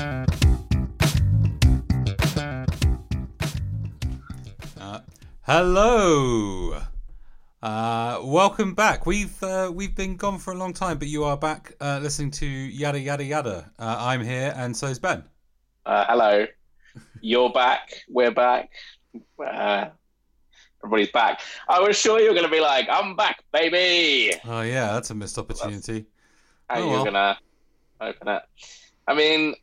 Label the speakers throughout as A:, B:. A: Uh, Hello. Uh, welcome back. We've uh, we've been gone for a long time, but you are back uh, listening to yada yada yada. Uh, I'm here, and so is Ben.
B: Uh, hello. You're back. We're back. Uh, everybody's back. I was sure you were going to be like, I'm back, baby.
A: Oh yeah, that's a missed opportunity.
B: How
A: Oh,
B: you
A: well.
B: are going to open it? I mean,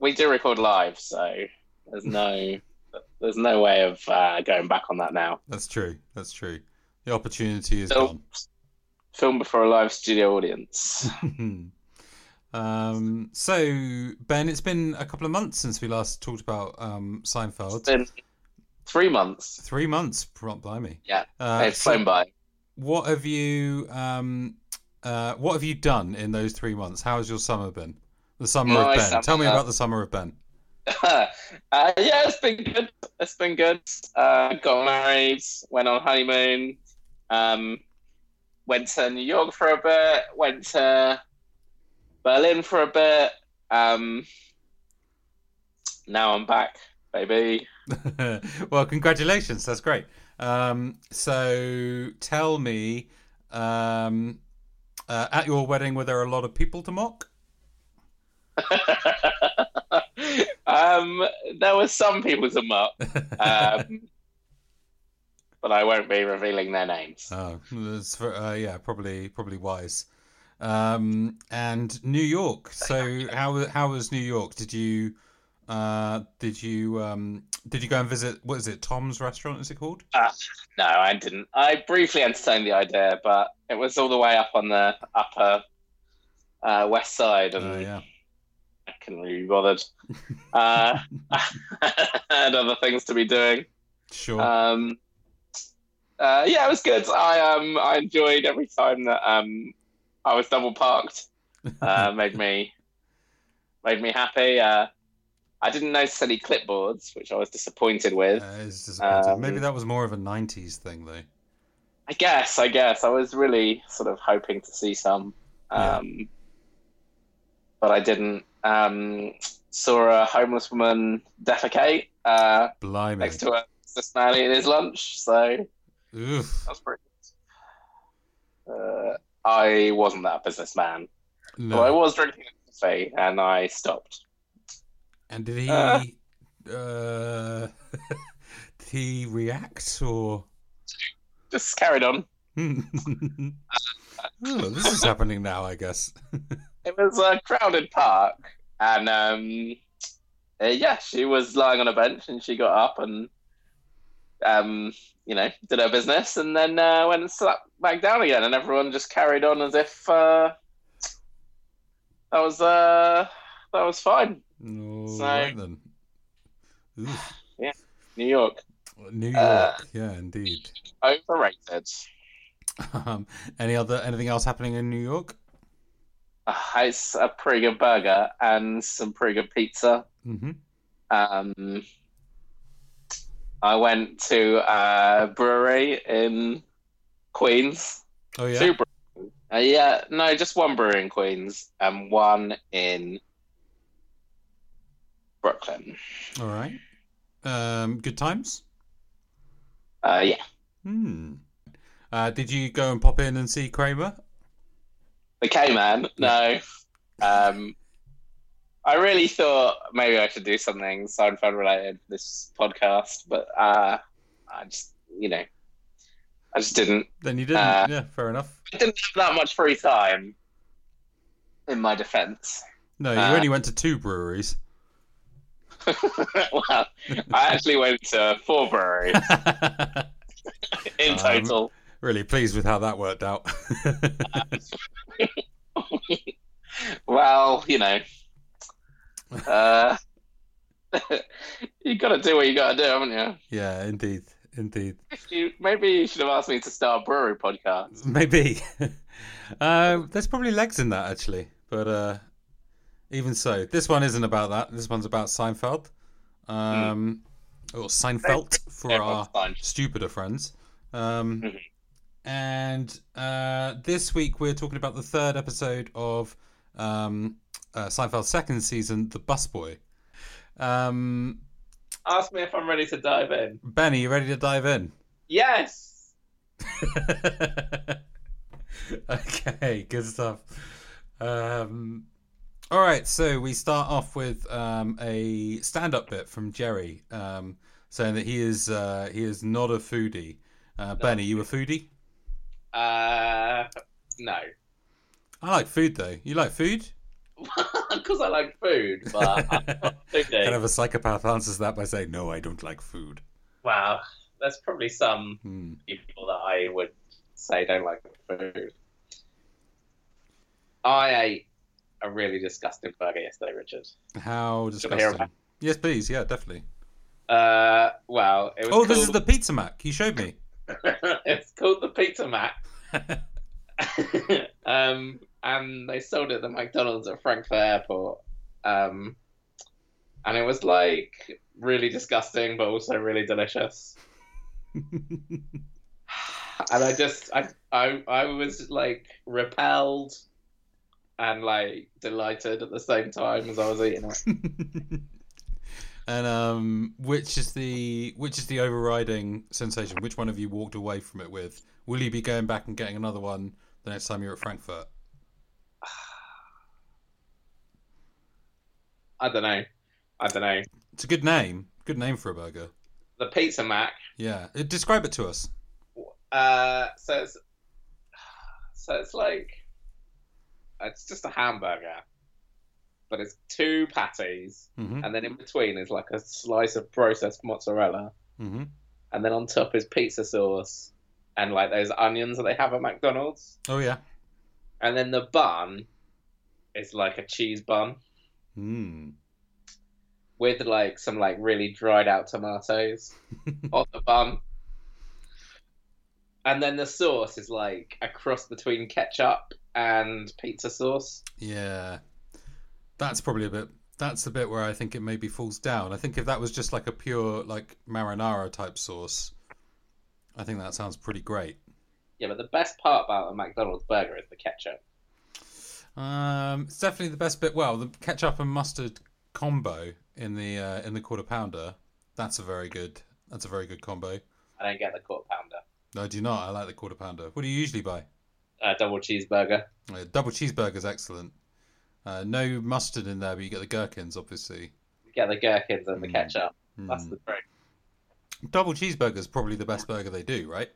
B: we do record live, so there's no. There's no way of uh, going back on that now.
A: That's true. That's true. The opportunity is
B: So, film before a live studio audience.
A: gone. um, so Ben, it's been a couple of months since we last talked about um, Seinfeld.
B: It's been three months.
A: Three months, prompt by me.
B: Yeah,
A: Uh,
B: it's
A: so
B: flown by.
A: what have you um, uh, what have you done in those three months? How has your summer been? The summer
B: My
A: of Ben.
B: summer-
A: Tell me about the summer of Ben.
B: uh, yeah, it's been good. It's been good. Uh, got married, went on honeymoon, um, went to New York for a bit, went to Berlin for a bit. Um, now I'm back, baby.
A: well, congratulations. That's great. Um, so tell me, um, uh, at your wedding, were there a lot of people to mock?
B: um, there were some people to mock, um, but I won't be revealing their names.
A: oh, that's for, uh, yeah, probably, probably wise. Um, and New York. So how how was New York? Did you uh, did you um, did you go and visit? What is it? Tom's restaurant? Is it called?
B: No, I didn't. I briefly entertained the idea, but it was all the way up on the upper uh, west side, and
A: Oh, yeah.
B: I couldn't really be bothered. uh, I had other things to be doing.
A: Sure.
B: Um, uh, yeah, it was good. I um, I enjoyed every time that um, I was double parked. Uh, made me made me happy. Uh, I didn't notice any clipboards, which I was disappointed with.
A: Uh, it's disappointing.
B: um,
A: Maybe that was more of a '90s thing, though.
B: I guess, I guess. I was really sort of hoping to see some. Um, But I didn't. Um, saw a homeless woman defecate uh,
A: Blimey.
B: next to a Cincinnati in his lunch, so that
A: Oof.
B: was pretty good. Uh, I wasn't that businessman.
A: No.
B: Well, I was drinking coffee and I stopped.
A: And did he uh,
B: Uh.
A: did he react or
B: Just carried on.
A: Hmm. oh, this is happening now, I guess.
B: It was a crowded park, and um, uh, yeah, she was lying on a bench, and she got up and, um, you know, did her business, and then uh, went and sat back down again, and everyone just carried on as if uh, that was uh, that was fine.
A: All
B: So-
A: right then. Oof.
B: New York
A: New York,
B: Uh.
A: yeah, indeed.
B: overrated.
A: Um, any other anything else happening in New York?
B: Uh, it's a pretty good burger and some pretty good pizza.
A: Mm-hmm.
B: Um, I went to a brewery in Queens.
A: Oh yeah,
B: Two breweries. Uh, yeah, no, just one brewery in Queens and one in Brooklyn.
A: all right. Um, good times.
B: Uh, yeah,
A: Hmm. Uh, did you go and pop in and see Kramer?
B: the K Man. No, um, I really thought maybe I should do something Seinfeld related for this podcast, but uh, I just, you know, I just didn't.
A: Then you didn't.
B: Uh.
A: yeah, fair enough.
B: I didn't have that much free time. In my defence.
A: No, you
B: Uh.
A: only went to two breweries.
B: well, I actually went to four breweries in
A: Um,
B: total.
A: really pleased with how that worked out.
B: Uh, Well, you know, uh, you got to do what you got to do, haven't you?
A: yeah, indeed, indeed.
B: If you? Maybe you should have asked me to start a brewery podcast.
A: Maybe uh, there's probably legs in that actually, but uh, even so, this one isn't about that. This one's about Seinfeld, um, or Seinfeld for our
B: Everyone's fine.
A: stupider friends. Um,
B: Mhm.
A: And uh, this week we're talking about the third episode of um, uh, Seinfeld's second season, The Busboy. Um,
B: Ask me if I'm ready to dive in.
A: Benny, you ready to dive in?
B: Yes.
A: okay, good stuff. Um, all right, so we start off with um, a stand-up bit from Jerry um, saying that he is uh, he is not a foodie. Uh, ben, are you a foodie?
B: Uh, no,
A: I like food though. You like food?
B: because I like food, but I'm
A: kind
B: not foodie.
A: of a psychopath answers that by saying, "No, I don't like food."
B: Wow, there's probably some
A: Hmm.
B: people that I would say don't like food. I ate a really disgusting burger yesterday, Richard.
A: How
B: Shall I hear
A: disgusting! Yes, please. Yeah, definitely.
B: Uh, well, it was
A: Oh,
B: called,
A: this is the Pizza Mac. You showed me.
B: it's called the Pizza Mac. um, and they sold it at the McDonald's at Frankfurt Airport. Um, and it was like really disgusting, but also really delicious. and I just, I, I, I was like repelled and like delighted at the same time as I was eating it.
A: and um, which is the which is the overriding sensation? Which one of you walked away from it with? Will you be going back and getting another one the next time you're at Frankfurt?
B: I don't know. I don't know.
A: It's a good name. Good name for a burger.
B: The Pizza Mac
A: Yeah. Uh, Describe it to us.
B: Uh, so it's so it's like it's just a hamburger, but it's two patties,
A: hmm
B: and then in between is like a slice of processed mozzarella,
A: hmm
B: and then on top is pizza sauce and like those onions that they have at McDonald's,
A: Oh yeah.
B: and then the bun is like a cheese bun
A: Mm.
B: with like some like really dried out tomatoes on the bun. And then the sauce is like a cross between ketchup and pizza sauce.
A: Yeah. That's probably a bit. That's the bit where I think it maybe falls down. I think if that was just like a pure like marinara type sauce, I think that sounds pretty great.
B: Yeah, but the best part about a McDonald's burger is the ketchup.
A: Um, it's definitely the best bit. Well, the ketchup and mustard combo in the uh, in the quarter pounder. That's a very good. That's a very good combo.
B: I don't get the quarter pounder.
A: No, I do not. I like the quarter pounder. What do you usually buy?
B: Uh, double cheeseburger.
A: Uh, double cheeseburger's excellent. Uh, no mustard in there, but you get the gherkins, obviously.
B: Get the gherkins and the
A: Mm.
B: ketchup. That's
A: Mm.
B: the trick.
A: Double cheeseburger's probably the best burger they do, right?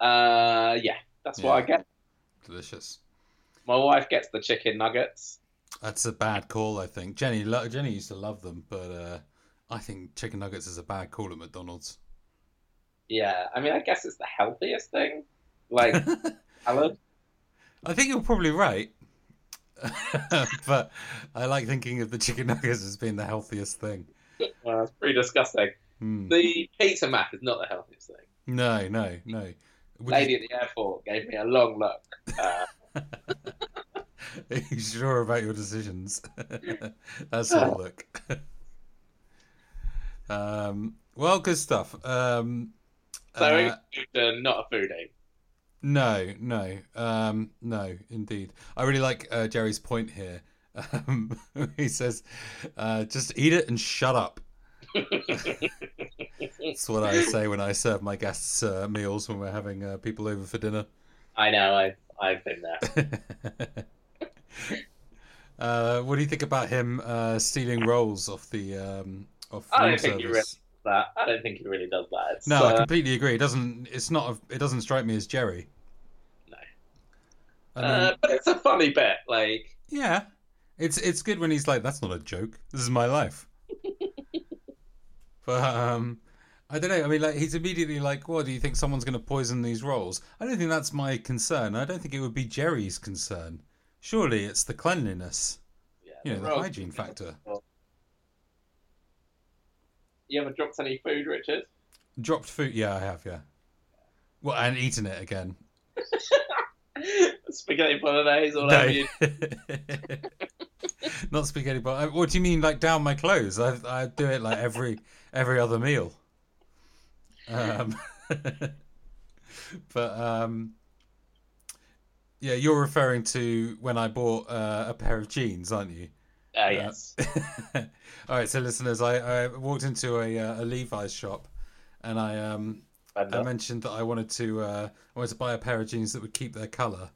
B: Uh, yeah, that's what I
A: Yeah.
B: get.
A: Delicious.
B: My wife gets the chicken nuggets.
A: That's a bad call, I think. Jenny, lo- Jenny used to love them, but uh, I think chicken nuggets is a bad call at McDonald's.
B: Yeah, I mean, I guess it's the healthiest thing. Like salad.
A: I think you're probably right. but I like thinking of the chicken nuggets as being the healthiest thing.
B: Well, it's pretty disgusting.
A: Hmm.
B: The pizza mac is not the healthiest thing.
A: No, no, no. Would
B: Lady
A: you,
B: at the airport gave me a long look. Uh,
A: are you sure about your decisions? That's all look. um, well, good stuff. Um,
B: so
A: uh,
B: uh, not a foodie.
A: No, no, um, no, indeed. I really like uh, Jerry's point here. Um, he says, uh, "Just eat it and shut up." That's what I say when I serve my guests uh, meals when we're having uh, people over for dinner.
B: I know. I I've been there.
A: uh, what do you think about him uh, stealing rolls off the um, off
B: I don't
A: room
B: think he
A: service?
B: But I don't think he really does that. It's,
A: No, I
B: uh,
A: completely agree. It doesn't. It's not. A, it doesn't strike me as Jerry.
B: No.
A: I mean,
B: uh, but it's a funny bit. Like
A: Yeah. It's it's good when he's like, That's not a joke. This is my life. but um I don't know. I mean like he's immediately like, Well, do you think someone's gonna poison these rolls? I don't think that's my concern. I don't think it would be Jerry's concern. Surely it's the cleanliness,
B: yeah,
A: you know,
B: the
A: the
B: roll-
A: hygiene factor.
B: You ever dropped any food, Richard?
A: Dropped food yeah, I have, yeah. Well and eaten it again.
B: Spaghetti bolognese all
A: No.
B: over you.
A: Not spaghetti but what do you mean like down my clothes? I I do it like every every other meal. Um but um yeah, you're referring to when I bought uh, a pair of jeans, aren't you?
B: Ah, yes.
A: All right, so listeners, I, I walked into a, uh, a Levi's shop, and I um I
B: spender.
A: mentioned that I wanted to uh, I wanted to buy a pair of jeans that would keep their color,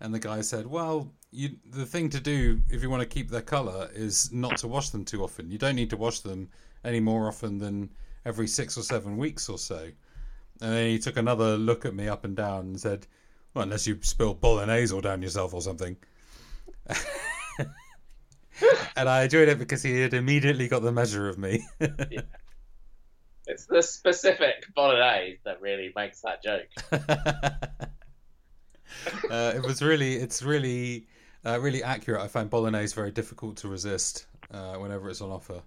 A: and the guy said, "Well, you, the thing to do if you want to keep their color is not to wash them too often. You don't need to wash them any more often than every six or seven weeks or so." And then he took another look at me up and down and said, "Well, unless you spill bolognese all down yourself or something." and I enjoyed it because he had immediately got the measure of me.
B: It's the specific bolognese that really makes that joke.
A: uh, it was really, it's really, uh, really accurate. I find bolognese very difficult to resist uh, whenever it's on offer.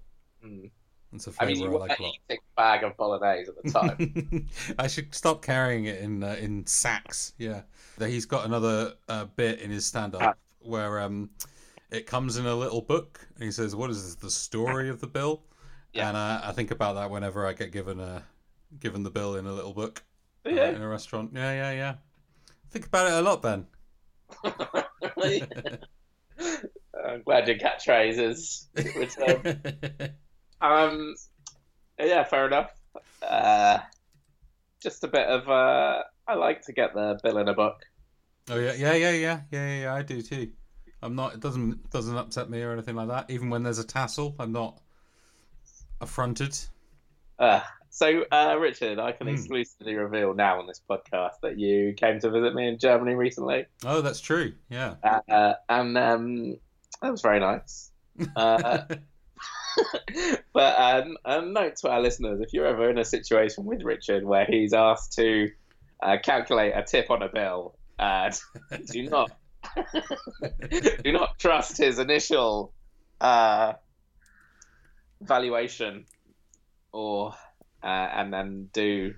B: Mm.
A: It's a
B: I
A: flavour I,
B: mean, you were
A: like a lot.
B: eating a bag of bolognese at the time.
A: I should stop carrying it in uh, in sacks. Yeah, That he's got another uh, bit in his stand
B: Ah.
A: up where um, it comes in a little book, and he says, "What is this, the story of the bill?"
B: Yeah.
A: And uh, I think about that whenever I get given a given the bill in a little book uh,
C: Yeah.
A: in a restaurant. Yeah, yeah, yeah. Think about it a lot, Ben.
B: I'm glad your catchphrase is returned. Um, yeah, fair enough. Uh, just a bit of. Uh, I like to get the bill in a book.
A: Oh yeah, yeah, yeah, yeah, yeah, yeah, yeah. I do too. I'm not. It doesn't doesn't upset me or anything like that. Even when there's a tassel, I'm not affronted.
B: Uh, so, uh, Richard, I can
A: Hmm.
B: exclusively reveal now on this podcast that you came to visit me in Germany recently,
A: Oh, that's true. Yeah.
B: uh, and um, that was very nice. Uh, but um, a note to our listeners: if you're ever in a situation with Richard where he's asked to uh, calculate a tip on a bill, uh, do not do not trust his initial uh, valuation, or uh, and then do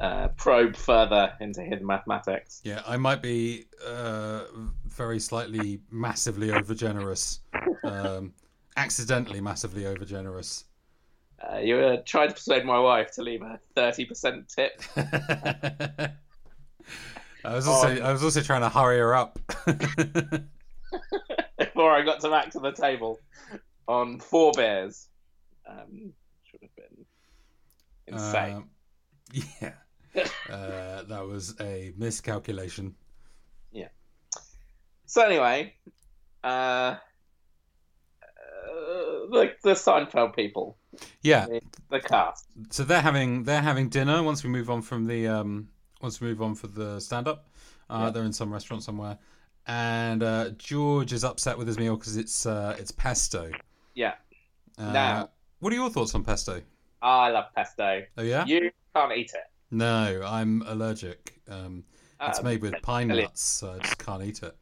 B: uh, probe further into hidden mathematics.
A: yeah, I might be uh, very slightly massively overgenerous, um, accidentally massively overgenerous.
B: Uh, you were trying to persuade my wife to leave a thirty percent tip.
A: I was also
C: Oh.
B: On-
A: I was also trying to hurry her up.
B: before I got to back to the table on four bears. Um, should have been insane.
A: Um, yeah. Uh, that was a miscalculation.
B: so anyway, uh, uh, like the Seinfeld people,
A: Yeah.
B: the cast.
A: So they're having they're having dinner once we move on from the um once we move on for the stand up. Uh,
B: Yeah.
A: They're in some restaurant somewhere, and uh, George is upset with his meal because it's uh, it's pesto.
B: Yeah.
A: Uh,
B: Now-
A: what are your thoughts on pesto?
B: I love pesto.
A: Oh yeah.
B: You can't eat it.
A: No, I'm allergic. Um, it's
B: Um,
A: made with pine
B: really-
A: nuts, so I just can't eat it.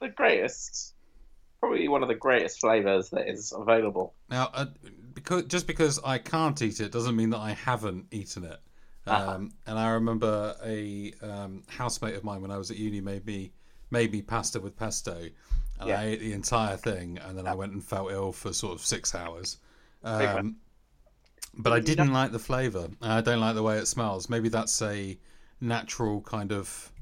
B: the greatest, probably one of the greatest flavors that is available.
A: Now, uh, because just because I can't eat it doesn't mean that I haven't eaten it.
B: Uh-huh.
A: Um, and I remember a um, housemate of mine when I was at uni made me made me pasta with pesto, and
B: Yeah.
A: I ate the entire thing, and then I went and felt ill for sort of six hours.
B: Super.
A: Um, but I didn't like the flavour. and I don't like the way it smells. Maybe that's a natural kind of.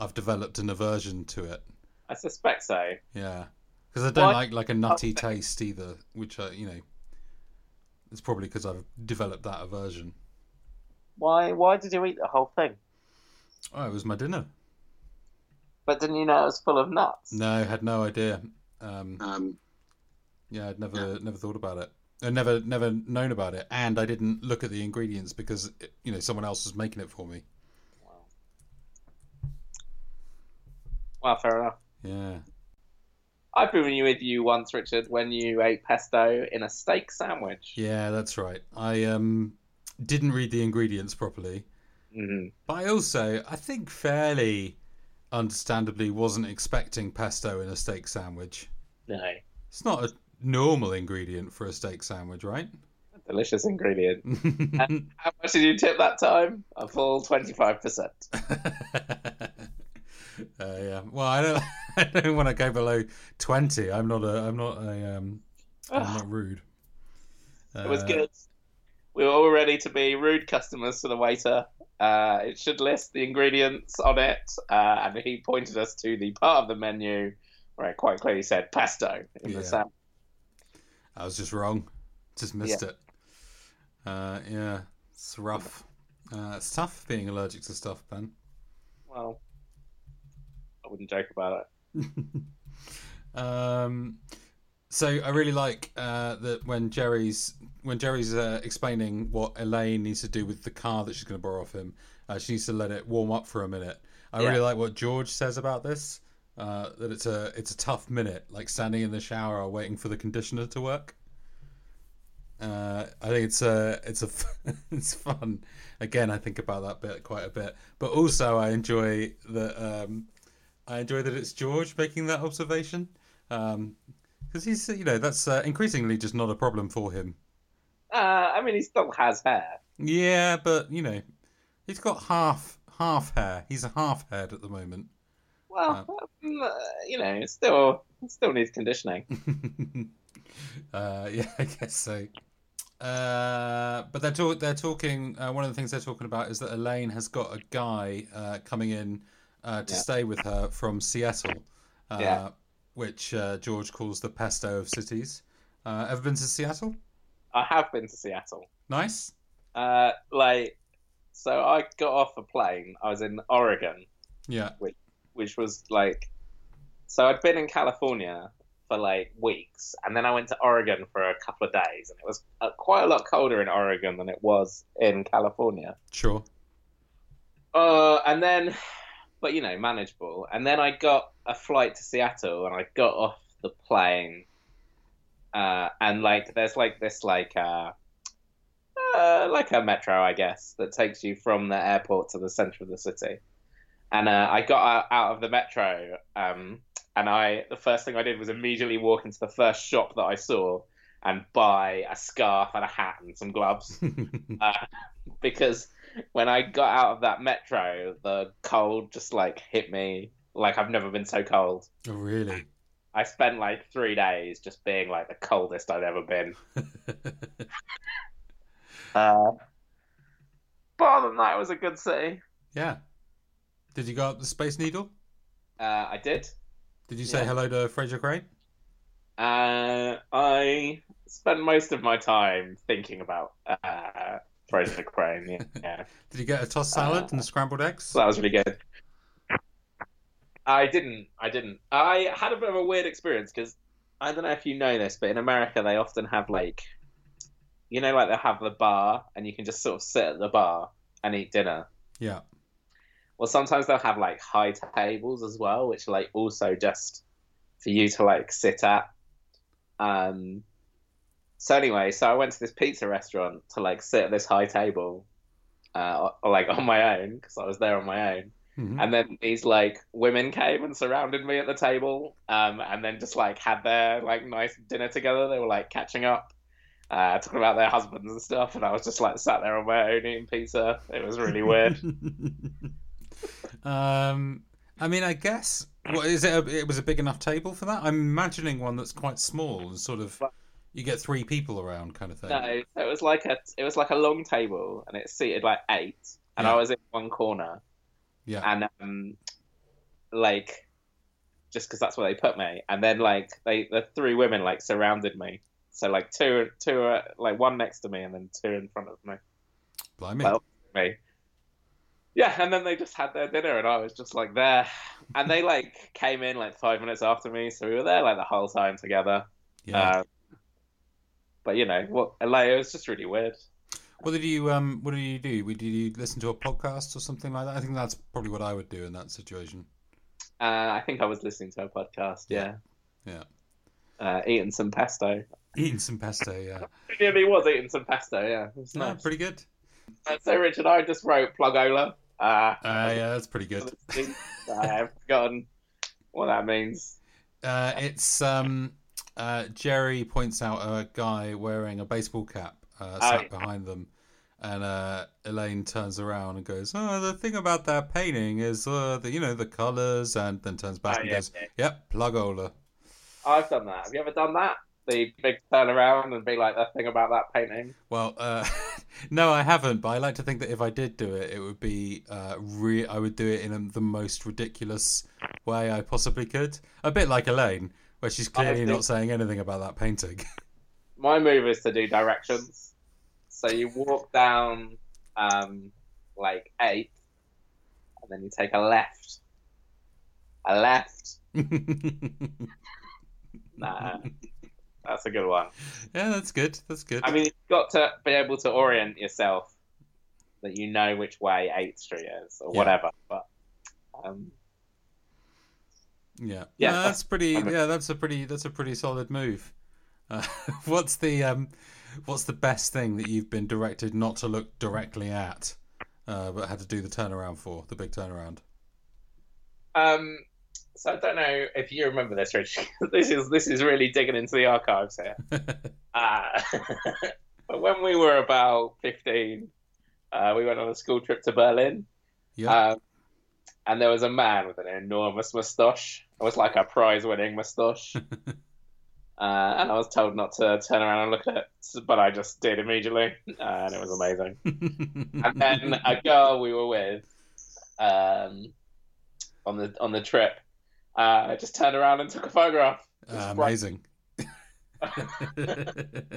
A: I've developed an aversion to it.
B: I suspect so.
A: Yeah, because I don't
B: Well, I-
A: like like a nutty taste either, which I, you know, it's probably because I've developed that aversion.
B: Why? Why did you eat the whole thing?
A: Oh, it was my dinner.
B: But didn't you know it was full of nuts?
A: No, I had no idea. Um, yeah, I'd never never thought about it. I never never known about it, and I didn't look at the ingredients because it, you know someone else was making it for me.
B: Well, fair enough.
A: Yeah.
B: I've been with you once, Richard, when you ate pesto in a steak sandwich.
A: Yeah, that's right. I um didn't read the ingredients properly.
B: Mhm.
A: But I also, I think, fairly understandably, wasn't expecting pesto in a steak sandwich.
B: No,
A: It's not a normal ingredient for a steak sandwich, right?
B: delicious ingredient.
A: um,
B: How much did you tip that time? A full twenty-five percent.
A: uh, yeah. Well, I don't. I don't want to go below twenty. I'm not a. I'm not a. Um, I'm
B: It
A: not rude. Uh,
B: was good. We were all ready to be rude customers to the waiter. Uh, it should list the ingredients on it, uh, and he pointed us to the part of the menu where it quite clearly said pesto in
A: Yeah.
B: the sandwich.
A: I was just wrong. Just missed it. Uh, yeah, it's rough. Uh, it's tough being allergic to stuff, Ben.
B: Well, I wouldn't joke about it.
A: um, so I really like uh, that when Jerry's when Jerry's uh, explaining what Elaine needs to do with the car that she's going to borrow off him, uh, she needs to let it warm up for a minute. I
B: Yeah.
A: really like what George says about this. Uh, that it's a it's a tough minute, like standing in the shower waiting for the conditioner to work. Uh, I think it's a it's a it's fun. Again, I think about that bit quite a bit, but also I enjoy that um, I enjoy that it's George making that observation because he's you know that's uh, increasingly just not a problem for him.
B: Uh, I mean, he still has hair.
A: Yeah, but you know he's got half half hair. He's a half head at the moment.
B: Well, um, uh, you know, it still it still needs conditioning.
A: uh, yeah, I guess so. Uh, but they're talk- they're talking. Uh, one of the things they're talking about is that Elaine has got a guy uh, coming in uh, to
B: Yeah.
A: stay with her from Seattle, uh,
B: Yeah.
A: which uh, George calls the pesto of cities. Uh, ever been to Seattle?
B: I have been to Seattle.
A: Nice.
B: Uh, like, so I got off a plane. I was in Oregon,
A: Yeah,
B: which was like, so I'd been in California for like weeks, and then I went to Oregon for a couple of days, and it was uh, quite a lot colder in Oregon than it was in California.
A: sure.
B: Uh, and then, but you know, manageable. And then I got a flight to Seattle, and I got off the plane. Uh, and like, there's like this like uh, uh, like a metro, I guess, that takes you from the airport to the center of the city. And uh, I got uh, out of the metro, um, and I the first thing I did was immediately walk into the first shop that I saw and buy a scarf and a hat and some gloves
A: Oh,
B: because when I got out of that metro, the cold just like hit me like I've never been so cold.
A: oh, really?
B: I spent like three days just being like the coldest I've ever been. Uh, but other than that, it was a good city.
A: yeah. Did you go up the Space Needle?
B: Uh, I did.
A: Did you say
B: Yeah.
A: hello to Fraser Crane?
B: Uh, I spent most of my time thinking about uh, Fraser Crane. Yeah, yeah.
A: Did you get a tossed salad
B: Uh,
A: and scrambled eggs?
B: So that was really good. I didn't. I didn't. I had a bit of a weird experience because I don't know if you know this, but in America they often have like, you know, like they have the bar and you can just sort of sit at the bar and eat dinner.
A: Yeah.
B: Well, sometimes they'll have like high tables as well, which are like also just for you to like sit at. Um. So anyway, so I went to this pizza restaurant to like sit at this high table, uh, like on my own because I was there on my own.
A: Mhm.
B: And then these like women came and surrounded me at the table, um, and then just like had their like nice dinner together. They were like catching up, uh, talking about their husbands and stuff, and I was just like sat there on my own eating pizza. It was really weird.
A: um, I mean, I guess what is it? A, it was a big enough table for that. I'm imagining one that's quite small and sort of you get three people around kind of thing.
B: no, so it was like a it was like a long table, and it seated like eight, and
A: Yeah.
B: I was in one corner,
A: Yeah.
B: and um, like just because that's where they put me, and then like they the three women like surrounded me. So like two, two, uh, like one next to me, and then two in front of me.
A: Blimey.
B: well- me. Yeah, and then they just had their dinner, and I was just like there. And they like came in like five minutes after me, so we were there like the whole time together.
A: yeah.
B: Um, but you know what? Like it was just really weird.
A: what did you um? What did you do? Did you listen to a podcast or something like that? I think that's probably what I would do in that situation.
B: Uh, I think I was listening to a podcast. Yeah.
A: Yeah.
B: Uh, eating some pesto.
A: Eating some pesto. Yeah.
B: It really was eating some pesto. Yeah. It was
A: No,
B: nice.
A: pretty good.
B: Uh, so Richard, I just wrote plugola. Uh,
A: Uh, yeah, that's pretty good.
B: I've forgotten what that means.
A: Uh, it's um, uh, Jerry points out a guy wearing a baseball cap uh, sat
B: yeah.
A: behind them, and uh, Elaine turns around and goes, "Oh, the thing about that painting is uh, the you know the colors," and then turns back
B: Oh,
A: and
B: yeah,
A: goes,
B: yeah.
A: "Yep, plugola."
B: I've done that. Have you ever done that? The big turnaround and be like that thing about that painting.
A: Well, uh, no, I haven't, but I like to think that if I did do it, it would be uh, re- I would do it in the most ridiculous way I possibly could. A bit like Elaine, where she's
B: I
A: clearly
B: think-
A: not saying anything about that painting.
B: My move is to do directions. So you walk down um, like eighth, and then you take a left. A left. Nah, that's a good one.
A: yeah, that's good. That's good.
B: I mean, you've got to be able to orient yourself that you know which way 8th Street is or
A: Yeah.
B: whatever. But um,
A: yeah,
B: yeah,
A: No,
B: that's-
A: that's pretty.
B: I mean-
A: Yeah, that's a pretty. That's a pretty solid move. Uh, what's the um, what's the best thing that you've been directed not to look directly at, uh, but had to do the turnaround for the big turnaround?
B: um, so I don't know if you remember this, Rich. this is this is really digging into the archives here. Uh, but when we were about 15, uh, we went on a school trip to Berlin.
A: yeah.
B: Um, and there was a man with an enormous moustache. It was like a prize winning moustache. uh, and I was told not to turn around and look at it, but I just did immediately. Uh, and it was amazing. And then uh, a girl we were with um, on the on the trip uh, just turned around and took a photograph.
A: Uh, amazing.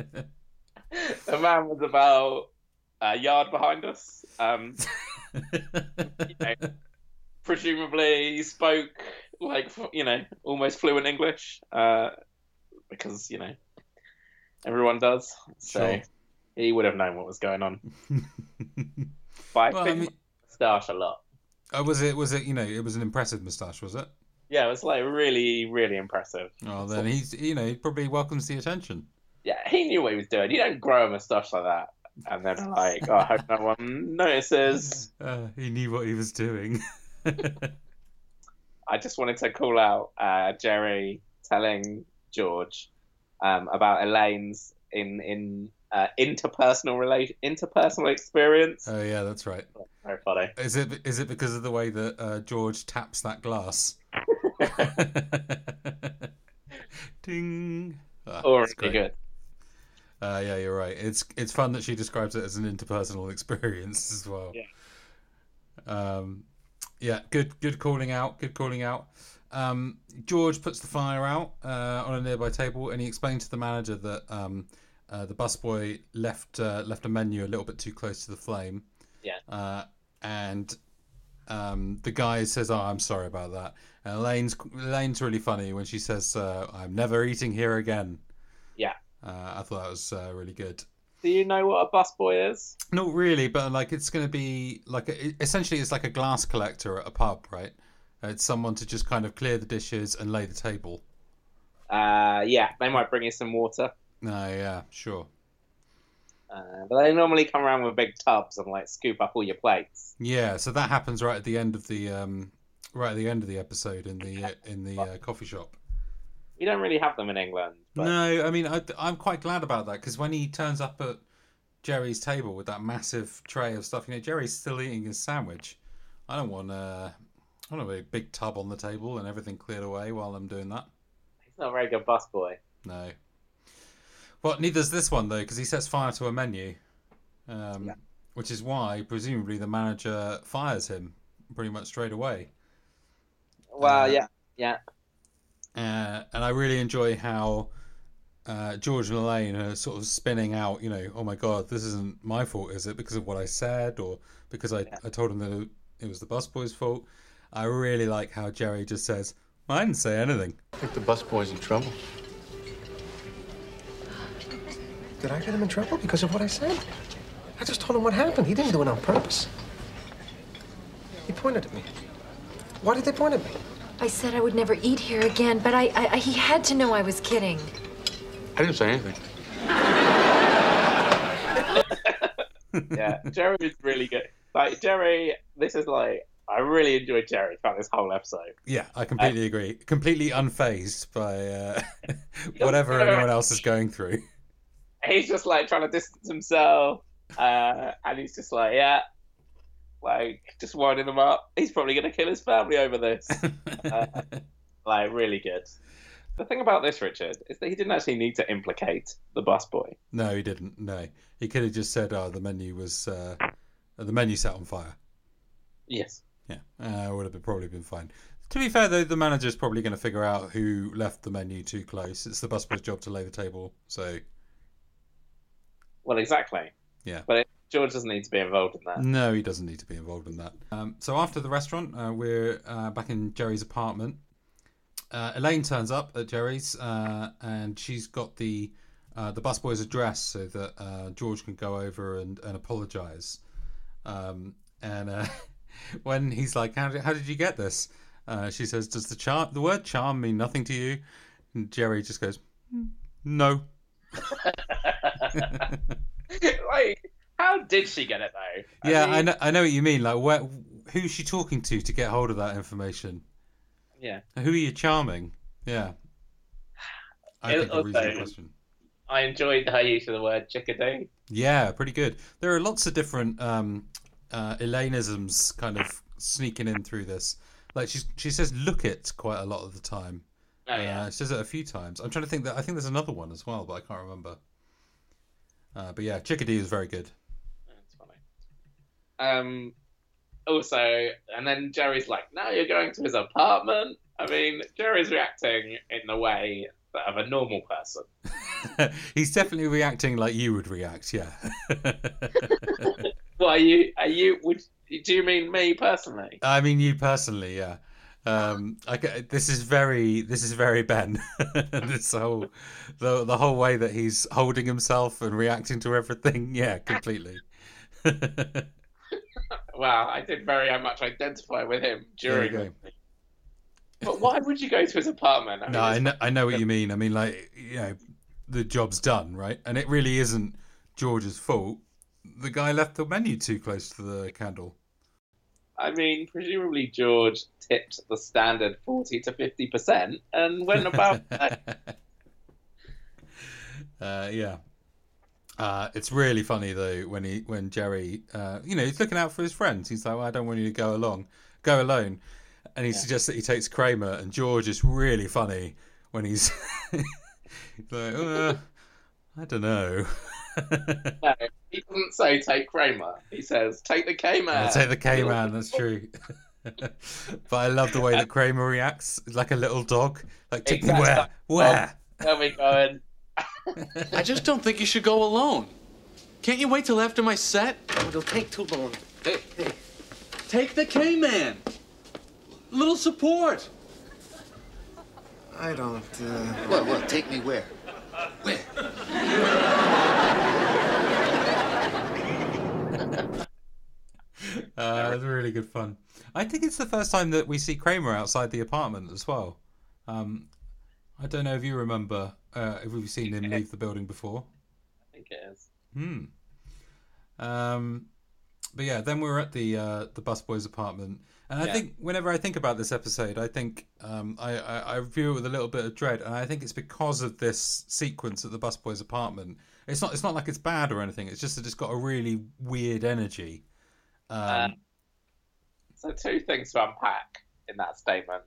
B: The man was about a yard behind us. Um, presumably he spoke like f- you know almost fluent English uh, because you know everyone does. So
A: Sure.
B: he would have known what was going on. But I
A: well, I
B: think
A: mean,
B: moustache a lot.
A: uh, was it was it you know it was an impressive moustache, was it?
B: Yeah, it was like really really impressive.
A: Oh, then he's you know he probably welcomes the attention.
B: Yeah, he knew what he was doing. You don't grow a moustache like that. And then like, oh, I hope no one notices.
A: Uh, he knew what he was doing.
B: I just wanted to call out uh, Jerry telling George um, about Elaine's in in uh, interpersonal relation interpersonal experience.
A: oh yeah, that's right.
B: Very funny.
A: Is it is it because of the way that uh, George taps that glass? Ding. Ah,
B: All
A: that's
B: right,
A: great.
B: good.
A: Uh, yeah, you're right. It's it's fun that she describes it as an interpersonal experience as well.
B: Yeah.
A: Um, yeah. Good. Good calling out. Good calling out. Um, George puts the fire out uh, on a nearby table, and he explains to the manager that um, uh, the busboy left uh, left a menu a little bit too close to the flame.
B: Yeah.
A: Uh, and um, the guy says, "Oh, I'm sorry about that." And Elaine's Elaine's really funny when she says, uh, "I'm never eating here again."
B: Yeah.
A: Uh, I thought that was uh, really good.
B: Do you know what a busboy is?
A: Not really, but like it's going to be like a, essentially it's like a glass collector at a pub, right? It's someone to just kind of clear the dishes and lay the table.
B: Uh, yeah, they might bring you some water,
A: No, Oh, yeah, sure.
B: uh, but they normally come around with big tubs and like scoop up all your plates.
A: Yeah, so that happens right at the end of the um, right at the end of the episode in the in the uh, coffee shop.
B: We don't really have them in England. But
A: No, I mean I, I'm quite glad about that because when he turns up at Jerry's table with that massive tray of stuff, you know Jerry's still eating his sandwich. I don't want uh, I don't want a big tub on the table and everything cleared away while I'm doing that.
B: he's not a very good busboy.
A: No. Well, neither's this one though, because he sets fire to a menu, um,
B: Yeah.
A: which is why presumably the manager fires him pretty much straight away.
B: Well,
A: Uh,
B: yeah,
A: Uh, and I really enjoy how uh, George and Elaine are sort of spinning out. You know, oh my god, this isn't my fault, is it? Because of what I said, or because I,
B: Yeah.
A: I told him that it was the busboy's fault. I really like how Jerry just says, "I didn't say anything."
D: I think the busboy's in trouble.
E: Did I get him in trouble because of what I said? I just told him what happened. He didn't do it on purpose. He pointed at me. Why did they point at me?
F: I said I would never eat here again, but I, I, I he had to know I was kidding.
D: I didn't say anything.
B: yeah. Jerry is really good. Like Jerry, this is like I really enjoyed Jerry throughout this whole episode.
A: Yeah, I completely agree. Completely unfazed by uh,
B: doesn't
A: whatever
B: care.
A: anyone else is going through.
B: He's just like trying to distance himself, uh, and he's just like, yeah, like just winding them up. He's probably gonna kill his family over this. Uh, like really good. The thing about this, Richard, is that he didn't actually need to implicate the busboy.
A: No, he didn't. No, he could have just said, "Oh, the menu was uh, the menu set on fire."
B: Yes.
A: Yeah, uh, would have been, probably been fine. To be fair, though, the manager's probably going to figure out who left the menu too close. It's the busboy's job to lay the table, so
B: Well, exactly.
A: Yeah.
B: But it, George doesn't need to be involved in that.
A: No, he doesn't need to be involved in that. Um, so after the restaurant, uh, we're uh, back in Jerry's apartment. Uh, Elaine turns up at Jerry's, uh, and she's got the uh, the busboy's address so that uh, George can go over and, and apologise. Um, and uh, when he's like, "How did, how did you get this?" Uh, she says, "Does the charm the word charm mean nothing to you?" And Jerry just goes, "No."
B: like, how did she get it though?
A: Yeah,
B: mean,
A: I know, I know what you mean. Like, where, who's she talking to to get hold of that information?
B: Yeah.
A: Who are you charming? Yeah. I
B: It
A: think a
B: also-
A: reasonable question.
B: I enjoyed her use of the word chickadee.
A: Yeah, pretty good. There are lots of different um, uh, Elainisms kind of sneaking in through this. Like she she says, "Look it" quite a lot of the time.
B: Oh yeah.
A: Uh, she says it a few times. I'm trying to think that I think there's another one as well, but I can't remember. Uh, but yeah, Chickadee is very good.
B: That's funny. Um, also, and then Jerry's like, "Now you're going to his apartment." I mean, Jerry's reacting in the way that of a normal person.
A: He's definitely reacting like you would react. Yeah.
B: Well, are you? Are you? Would do you mean me personally?
A: I mean, you personally, yeah. Um, I ca- this is very this is very Ben. this whole the the whole way that he's holding himself and reacting to everything. Yeah, completely.
B: Wow, I did very much identify with him
A: There you
B: during. But why would you go to his apartment? I mean,
A: no, I
B: it's-
A: know, I know what you mean. I mean, like you know, the job's done, right? And it really isn't George's fault. The guy left the menu too close to the candle.
B: I mean, presumably George tipped the standard forty to fifty percent and went about.
A: Uh, yeah. Uh, it's really funny though when he when Jerry, uh, you know, he's looking out for his friends. He's like, well, I don't want you to go along, go alone, and he suggests that he takes Kramer. And George is really funny when he's, he's like, uh, I don't know.
B: no, he doesn't say take Kramer. He says take the K man.
A: I'll take the K man. That's true. but I love the way that Kramer reacts, like a little dog. Like, take me where,
B: Exactly.
A: where?
B: There we go. And
D: I just don't think you should go alone. Can't you wait till after my set?
E: It'll take too long.
D: Take the K-Man. Little support.
E: I don't. Uh...
G: Well, well, take me where?
A: Uh, it was really good fun. I think it's the first time that we see Kramer outside the apartment as well. Um, I don't know if you remember uh, if we've seen him leave the building before.
B: I think it is.
A: Hmm. Um, but yeah, then we were at the uh, the busboy's apartment, and I
B: Yeah.
A: think whenever I think about this episode, I think um, I, I I view it with a little bit of dread, and I think it's because of this sequence at the busboy's apartment. It's not it's not like it's bad or anything. It's just that it's got a really weird energy. Um,
B: Uh, So two things to unpack in that statement.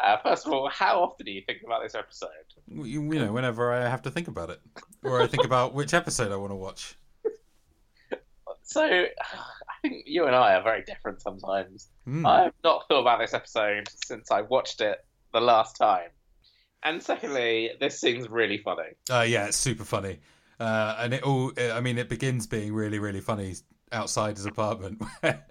B: Uh, first of all, how often do you think about this episode?
A: you, you know, whenever I have to think about it, or I think about which episode I want to watch.
B: So I think you and I are very different sometimes.
A: Hmm.
B: I have not thought about this episode since I watched it the last time. And secondly, this seems really funny.
A: Uh, yeah, it's super funny, uh, and it all—I mean, it begins being really, really funny outside his apartment, where,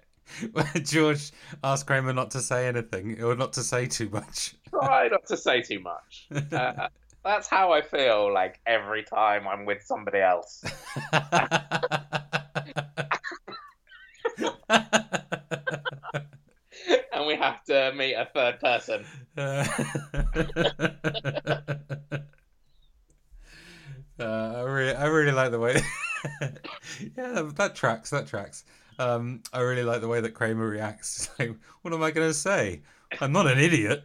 A: where George asks Kramer not to say anything or not to say too much.
B: Try not to say too much. Uh, that's how I feel like every time I'm with somebody else. and we have to meet a third person.
A: Uh, uh, I really, I really like the way. yeah, that, that tracks. That tracks. Um, I really like the way that Kramer reacts. It's like, what am I going to say? I'm not an idiot.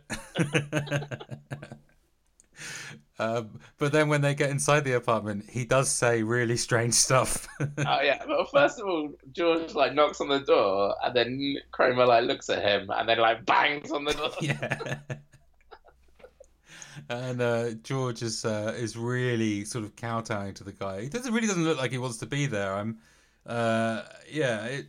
A: um, but then when they get inside the apartment, he does say really strange stuff.
B: Oh yeah. Well, first of all, George like knocks on the door, and then Kramer like looks at him, and then like bangs on the door.
A: yeah. And uh, George is uh, is really sort of kowtowing to the guy. He doesn't really doesn't look like he wants to be there. I'm, uh, yeah. It,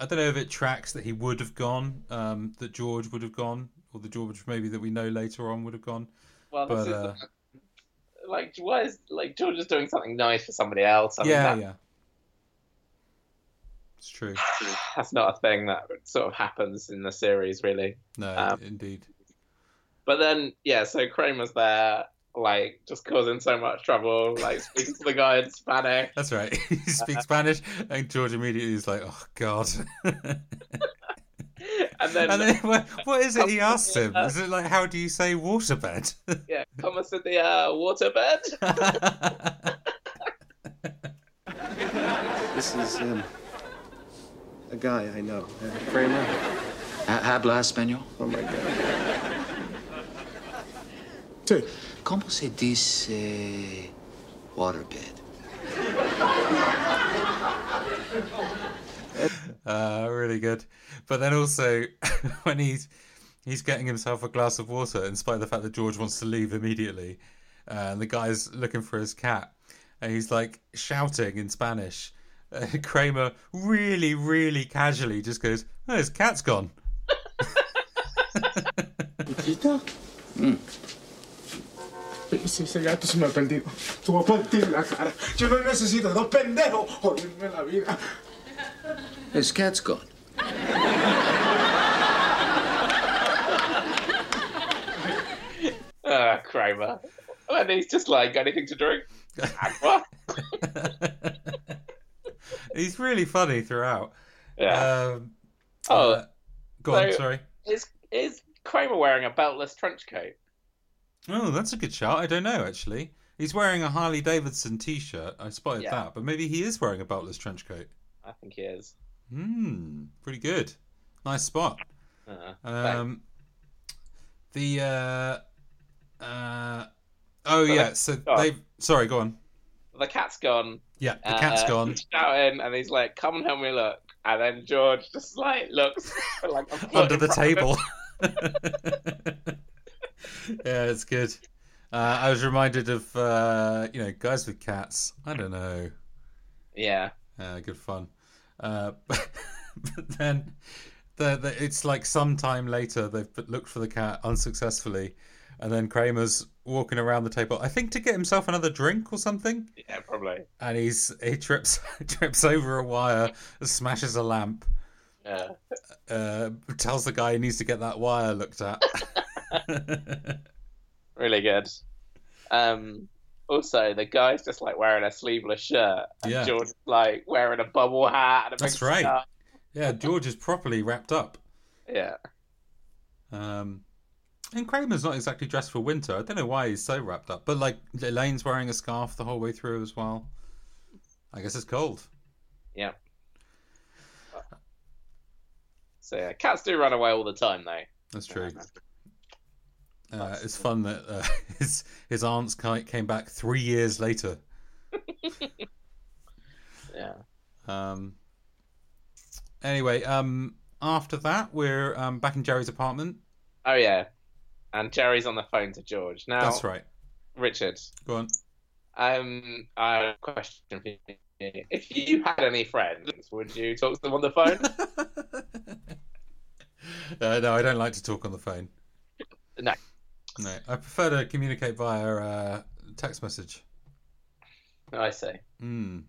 A: I don't know if it tracks that he would have gone, um, that George would have gone, or the George maybe that we know later on would have gone.
B: Well, this
A: But
B: is
A: uh,
B: like why is like George is doing something nice for somebody else? I mean,
A: yeah,
B: that-
A: yeah, It's true.
B: That's not a thing that sort of happens in the series, really.
A: No,
B: Um,
A: indeed.
B: But then, yeah, so Kramer's there, like, just causing so much trouble, like, speaking to the guy in Spanish.
A: That's right. he
B: uh,
A: speaks Spanish, and George immediately is like, "Oh God!" and
B: And then, uh,
A: then what, what is it he asks him? Is it like, "How do you say waterbed?"
B: yeah, come us to the uh, waterbed.
G: This is um, a guy I know, uh, Kramer.
H: Habla español?
G: Oh my God.
H: ¿Cómo se dice waterbed?
A: Uh, really good. But then also when he's he's getting himself a glass of water, in spite of the fact that George wants to leave immediately, uh, and the guy's looking for his cat, and he's like shouting in Spanish. Uh, Kramer really, really casually just goes, "Oh, his cat's gone."
I: Si ese gato se me ha perdido, tú vas a partir la cara. Yo no necesito dos pendejos joderme la vida.
H: His cat's gone.
B: Ah, Kramer. And he's just like, got anything to drink? Aqua?
A: He's really funny throughout.
B: yeah.
A: Um,
B: oh,
A: uh, go on.
B: so-
A: Sorry.
B: is is Kramer wearing a beltless trench coat?
A: Oh, that's a good shot. I don't know actually. He's wearing a Harley Davidson T-shirt. I spotted
B: Yeah.
A: that, but maybe he is wearing a beltless trench coat.
B: I think he is.
A: Hmm, pretty good. Nice spot.
B: Uh,
A: Um, the uh, uh, oh
B: the
A: yeah. So
B: shot-
A: they. Sorry, go on.
B: the cat's gone.
A: Yeah, the cat's
B: Uh,
A: gone.
B: He's shouting, and he's like, "Come and help me look." And then George just like looks like a foot
A: under
B: in
A: the
B: front of him.
A: table. yeah, it's good. Uh, I was reminded of uh, you know guys with cats. I don't know.
B: Yeah,
A: Uh, good fun. Uh, but, then the, the, it's like some time later they've put- looked for the cat unsuccessfully, and then Kramer's walking around the table. I think to get himself another drink or something,
B: yeah, probably.
A: and he's he trips trips over a wire, smashes a lamp,
B: Yeah.
A: uh, tells the guy he needs to get that wire looked at.
B: Really good. Um, also, the guy's just like wearing a sleeveless shirt. And
A: Yeah.
B: George is, like wearing a bubble hat. And a
A: That's
B: big
A: right.
B: scarf.
A: yeah, George is properly wrapped up.
B: Yeah.
A: Um, and Kramer's not exactly dressed for winter. I don't know why he's so wrapped up. But like Elaine's wearing a scarf the whole way through as well. I guess it's cold.
B: So yeah, cats do run away all the time, though.
A: That's true. Uh, it's fun that uh, his his aunts ki- came back three years later.
B: Yeah.
A: Um, anyway, um, after that we're um, back in Jerry's apartment.
B: Oh yeah. And Jerry's on the phone to George now.
A: That's right.
B: Richard,
A: Go on.
B: Um, I have a question for you. If you had any friends, would you talk to them on the phone?
A: Uh, no, I don't like to talk on the phone.
B: No.
A: No, I prefer to communicate via uh, text message.
B: I see.
A: Mm.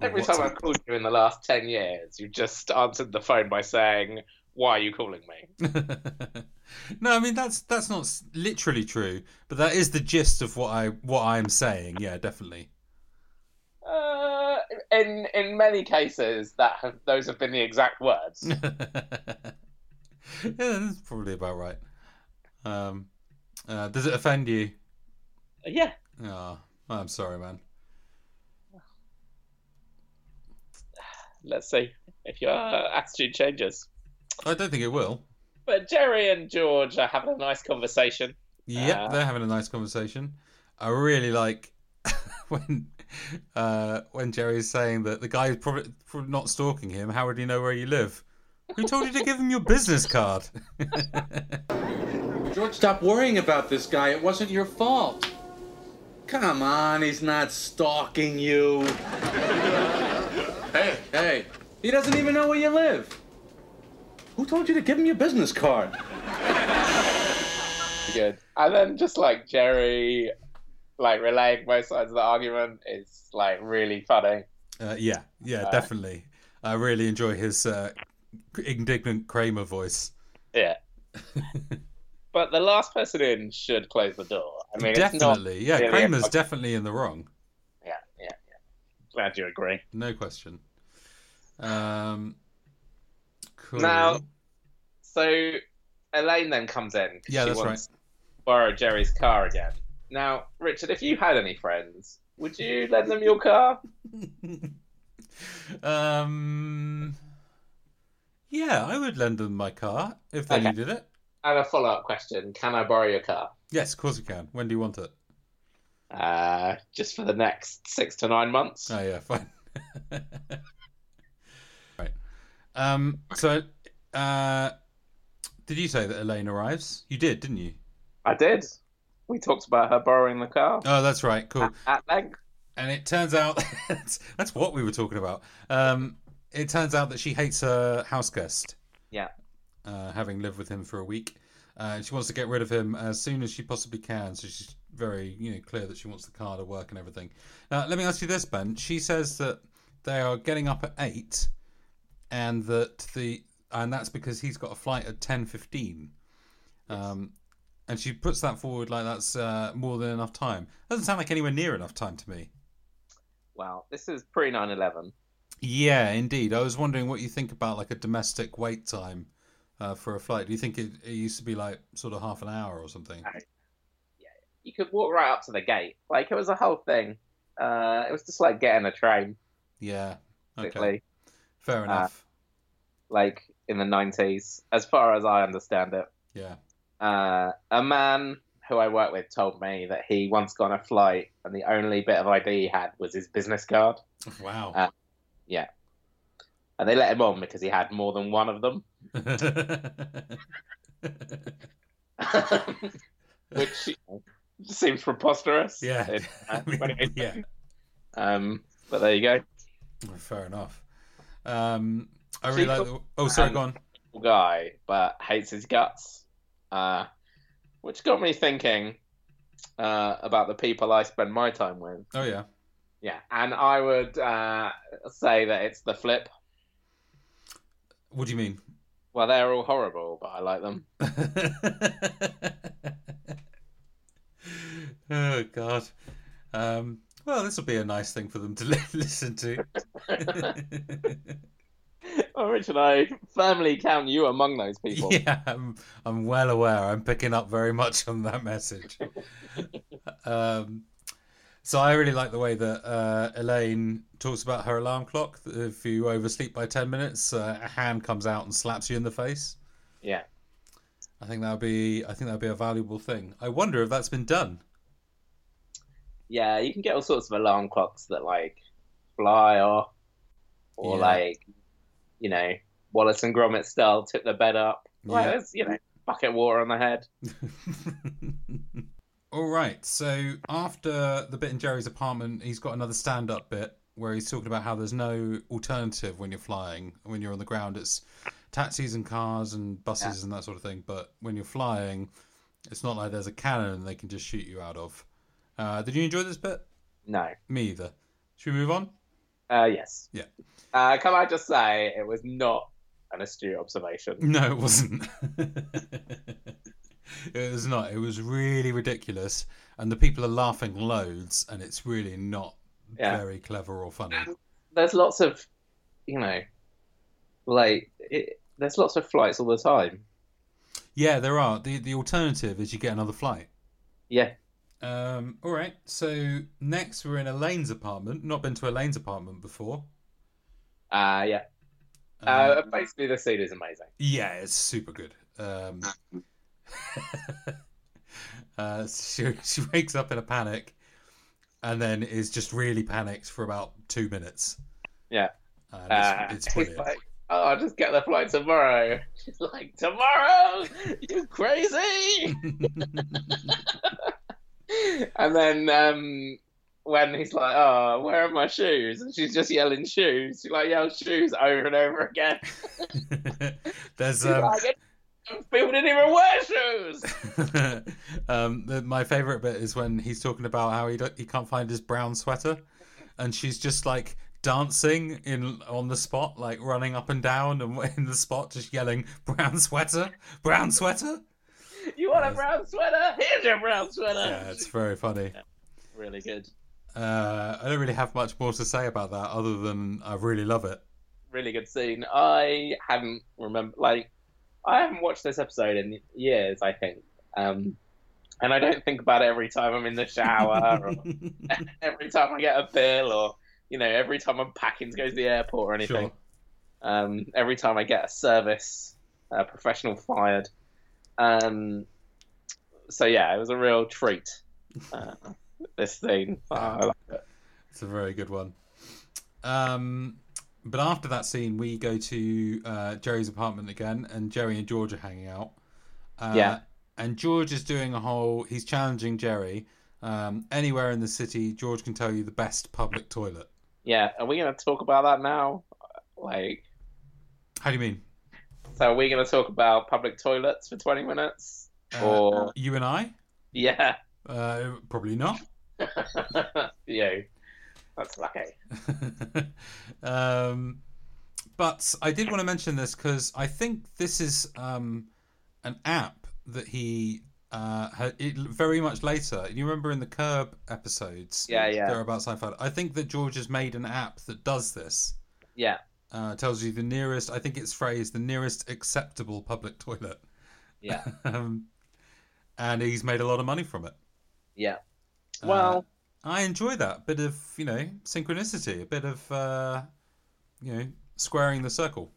A: Or
B: Every time
A: WhatsApp.
B: I've called you in the last 10 years, you just answered the phone by saying, Why are you calling me?
A: no, I mean that's that's not s- literally true, but that is the gist of what I what I am saying. Yeah, definitely.
B: Uh, in in many cases, that have, those have been the exact words.
A: yeah, that's probably about right. Um, uh, does it offend you?
B: yeah,
A: Ah, I'm sorry, man.
B: let's see if your attitude changes.
A: I don't think it will.
B: But Jerry and George are having a nice conversation.
A: Yep,
B: Uh,
A: they're having a nice conversation. I really like when uh, when Jerry's saying that the guy is probably, probably not stalking him. How would he know where you live? Who told you to give him your business card?
D: George, stop worrying about this guy. It wasn't your fault. Come on, he's not stalking you. hey, hey, he doesn't even know where you live. Who told you to give him your business card?
B: good. And then just like Jerry, like relaying both sides of the argument is like really funny.
A: Uh, yeah, yeah, definitely. I really enjoy his uh, indignant Kramer voice.
B: Yeah. but the last person in should close the door. I mean,
A: definitely,
B: it's
A: yeah.
B: not really a-
A: Kramer's definitely in the wrong.
B: yeah, yeah, yeah. Glad you agree.
A: No question. Um, cool.
B: Now- So Elaine then comes in. 'cause
A: Yeah,
B: she
A: that's
B: wants To borrow Jerry's car again. Now, Richard, if you had any friends, would you lend them your car?
A: um, yeah, I would lend them my car if they
B: Okay.
A: needed it.
B: And a follow up question: Can I borrow your car?
A: Yes, of course you can. When do you want it?
B: Uh, just for the next six to nine months.
A: Oh yeah, fine. right. Um. So, uh, did you say that Elaine arrives? You did, didn't you?
B: I did. We talked about her borrowing the car
A: Oh, that's right. Cool.
B: at length.
A: And it turns out that's, that's what we were talking about. Um. It turns out that she hates her house guest.
B: Yeah.
A: Uh, having lived with him for a week, uh, she wants to get rid of him as soon as she possibly can. So she's very, you know, clear that she wants the car to work and everything. Now, let me ask you this, Ben. She says that they are getting up at eight, and that the and that's because he's got a flight at ten fifteen. Um, and she puts that forward like that's uh, more than enough time. Doesn't sound like anywhere near enough time to me.
B: Wow, this is pre 9 11.
A: Yeah, indeed. I was wondering what you think about like a domestic wait time uh, for a flight. Do you think it, it used to be like sort of half an hour or something?
B: You could walk right up to the gate. Like, it was a whole thing. Uh, it was just like getting a train,
A: Yeah.
B: basically.
A: Okay.
B: Uh,
A: Fair enough.
B: like in the 90s, as far as I understand it.
A: Yeah.
B: Uh, a man who I work with told me that he once got on a flight and the only bit of ID he had was his business card.
A: Wow.
B: uh, And they let him on because he had more than one of them. Which you know, seems preposterous.
A: yeah.
B: It- uh,
A: I mean, yeah.
B: um, but there you go.
A: Fair enough. Um, I
B: She
A: really like.
B: put-
A: The... Oh, sorry.
B: um,
A: Go on.
B: cool guy, but hates his guts. Uh, which got me thinking uh, about the people I spend my time with.
A: Oh yeah.
B: Yeah, and I would uh, say that it's the flip.
A: What do you mean?
B: Well, they're all horrible, but I like them.
A: oh God. Um, well, this will be a nice thing for them to li- listen to.
B: Oh, Richard, I firmly count you among those people.
A: yeah, I'm, I'm well aware. I'm picking up very much on that message. um, so I really like the way that uh, Elaine talks about her alarm clock. that If you oversleep by ten minutes, uh, a hand comes out and slaps you in the face.
B: Yeah.
A: I think that would be. I think that would be a valuable thing. I wonder if that's been done.
B: Yeah, you can get all sorts of alarm clocks that like fly off, or
A: Yeah.
B: like you know Wallace and Gromit style tip the bed up. Like
A: Yeah.
B: there's you know bucket water on the head.
A: All right. So after the bit in Jerry's apartment, he's got another stand-up bit where he's talking about how there's no alternative when you're flying. When you're on the ground, it's taxis and cars and buses and that sort of thing. But when you're flying, it's not like there's a cannon they can just shoot you out of. Uh, did you enjoy this bit?
B: No.
A: Me either. Should we move on?
B: Uh, yes.
A: Yeah.
B: Uh, can I just say it was not an astute observation?
A: No, it wasn't. it was not. It was really ridiculous, and the people are laughing loads, and it's really not
B: Yeah.
A: very clever or funny.
B: There's lots of, you know, like it, there's lots of flights all the time.
A: Yeah, there are. the The alternative is you get another flight.
B: Yeah.
A: Um, all right. So next, we're in Elaine's apartment. Not been to Elaine's apartment before.
B: Uh, yeah. Uh,
A: Um,
B: basically, the scene is amazing.
A: yeah, it's super good. Um, uh, she she wakes up in a panic, and then is just really panicked for about two minutes.
B: Yeah.
A: And
B: Uh,
A: it's, it's
B: he's
A: brilliant.
B: like, oh, I'll just get the flight tomorrow. She's like, tomorrow? You crazy? and then um, when he's like, oh, where are my shoes? And she's just yelling shoes. She like yells shoes over and over again.
A: There's
B: She's
A: um,
B: like, people didn't even wear shoes.
A: um, the, my favorite bit is when he's talking about how he do- he can't find his brown sweater, and she's just like dancing in on the spot, like running up and down and in the spot, just yelling "brown sweater, brown sweater."
B: You want a brown sweater? Here's your brown sweater.
A: Yeah, it's very funny.
B: Really good.
A: Uh, I don't really have much more to say about that other than I really love it.
B: Really good scene. I haven't remember like I haven't watched this episode in years. I think. Um, and I don't think about it every time I'm in the shower, or every time I get a bill, or you know, every time I'm packing to go to the airport or anything.
A: Sure.
B: Um, every time I get a service, a professional fired. Um, so yeah, it was a real treat. Uh, this thing, I like it.
A: It's a very good one. Um, but after that scene, we go to uh, Jerry's apartment again, and Jerry and George are hanging out. Uh,
B: Yeah.
A: And George is doing a whole. He's challenging Jerry. Um, anywhere in the city, George can tell you the best public toilet.
B: Yeah, are we going to talk about that now? Like,
A: How do you mean?
B: so are we going to talk about public toilets for twenty minutes?
A: Uh,
B: Or-
A: you and I?
B: Yeah,
A: Uh, probably not.
B: yeah, that's lucky.
A: um, but I did want to mention this because I think this is um, an app that he uh, had it, very much later. You remember in the Curb episodes,
B: Yeah, yeah.
A: they're about Seinfeld. I think that George has made an app that does this.
B: Yeah.
A: uh, tells you the nearest. I think it's phrased the nearest acceptable public toilet.
B: Yeah.
A: um, and he's made a lot of money from it.
B: Yeah.
A: Uh,
B: Well,
A: I enjoy that bit of you know synchronicity, a bit of uh, you know squaring the circle.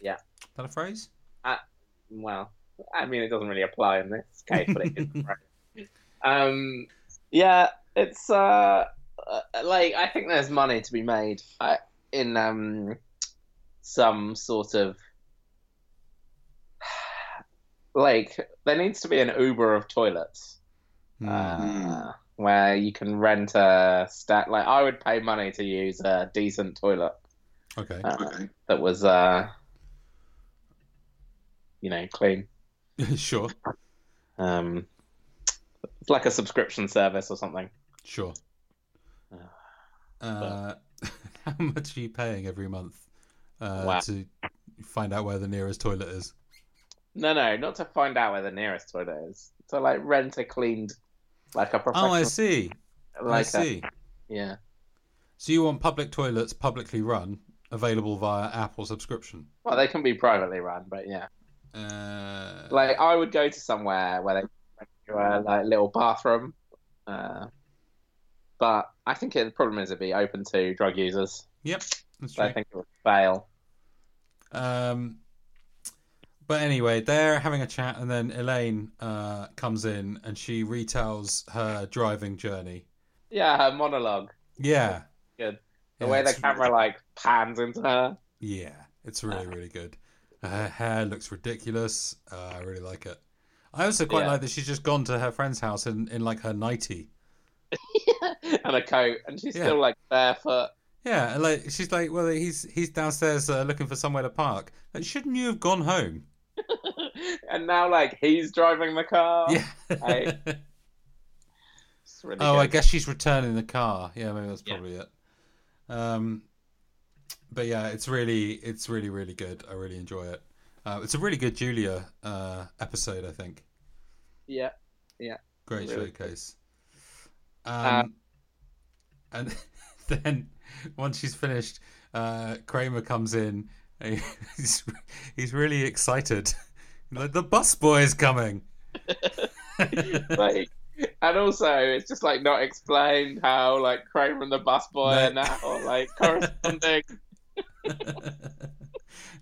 B: Yeah.
A: Is that a phrase?
B: well, I mean, it doesn't really apply in this case, but it is. right. Um, yeah, it's uh, uh, like I think there's money to be made uh, in um, some sort of like there needs to be an Uber of toilets
A: Hmm.
B: uh, where you can rent a stat. Like I would pay money to use a decent toilet
A: okay.
B: uh, that was uh, you know clean. uh,
A: sure.
B: Um, it's like a subscription service or something.
A: Sure.
B: Uh,
A: Uh, how much are you paying every month uh,
B: Wow.
A: to find out where the nearest toilet is?
B: No, no, not to find out where the nearest toilet is. To like rent a cleaned, like a professional.
A: Oh, I see. I
B: like a-
A: see.
B: yeah,
A: So you want public toilets publicly run, available via app or subscription?
B: well, they can be privately run, but yeah,
A: Uh,
B: like I would go to somewhere where they rent you a like little bathroom. Uh, but I think it, the problem is it'd be open to drug users.
A: Yep. That's
B: So
A: true.
B: I think it would fail.
A: Um, but anyway, they're having a chat, and then Elaine uh, comes in and she retells her driving journey.
B: Yeah, her monologue,
A: Yeah.
B: Good. the
A: Yeah,
B: way the
A: it's-
B: camera like pans into her.
A: Yeah, it's really, really good. Her hair looks ridiculous. Uh, I really like it. I also quite
B: Yeah.
A: like that she's just gone to her friend's house in, in like her nighty.
B: and a coat, and she's
A: Yeah.
B: still like barefoot.
A: Yeah, and, like she's like, well, he's he's downstairs uh, looking for somewhere to park. Like, shouldn't you have gone home?
B: and now like he's driving the car.
A: yeah.
B: I- It's really
A: Oh,
B: good.
A: I guess she's returning the car. Yeah, maybe that's probably it. Um, but yeah, it's really, it's really, really good. I really enjoy it. Uh, it's a really good Julia uh, episode, I think.
B: Yeah.
A: Great
B: Really good. Uh,
A: showcase. Um, and then once she's finished, uh, Kramer comes in. and He's he's really excited. Like the bus boy is coming.
B: Like, and also it's just like not explained how like Kramer and the busboy
A: No.
B: are now like corresponding.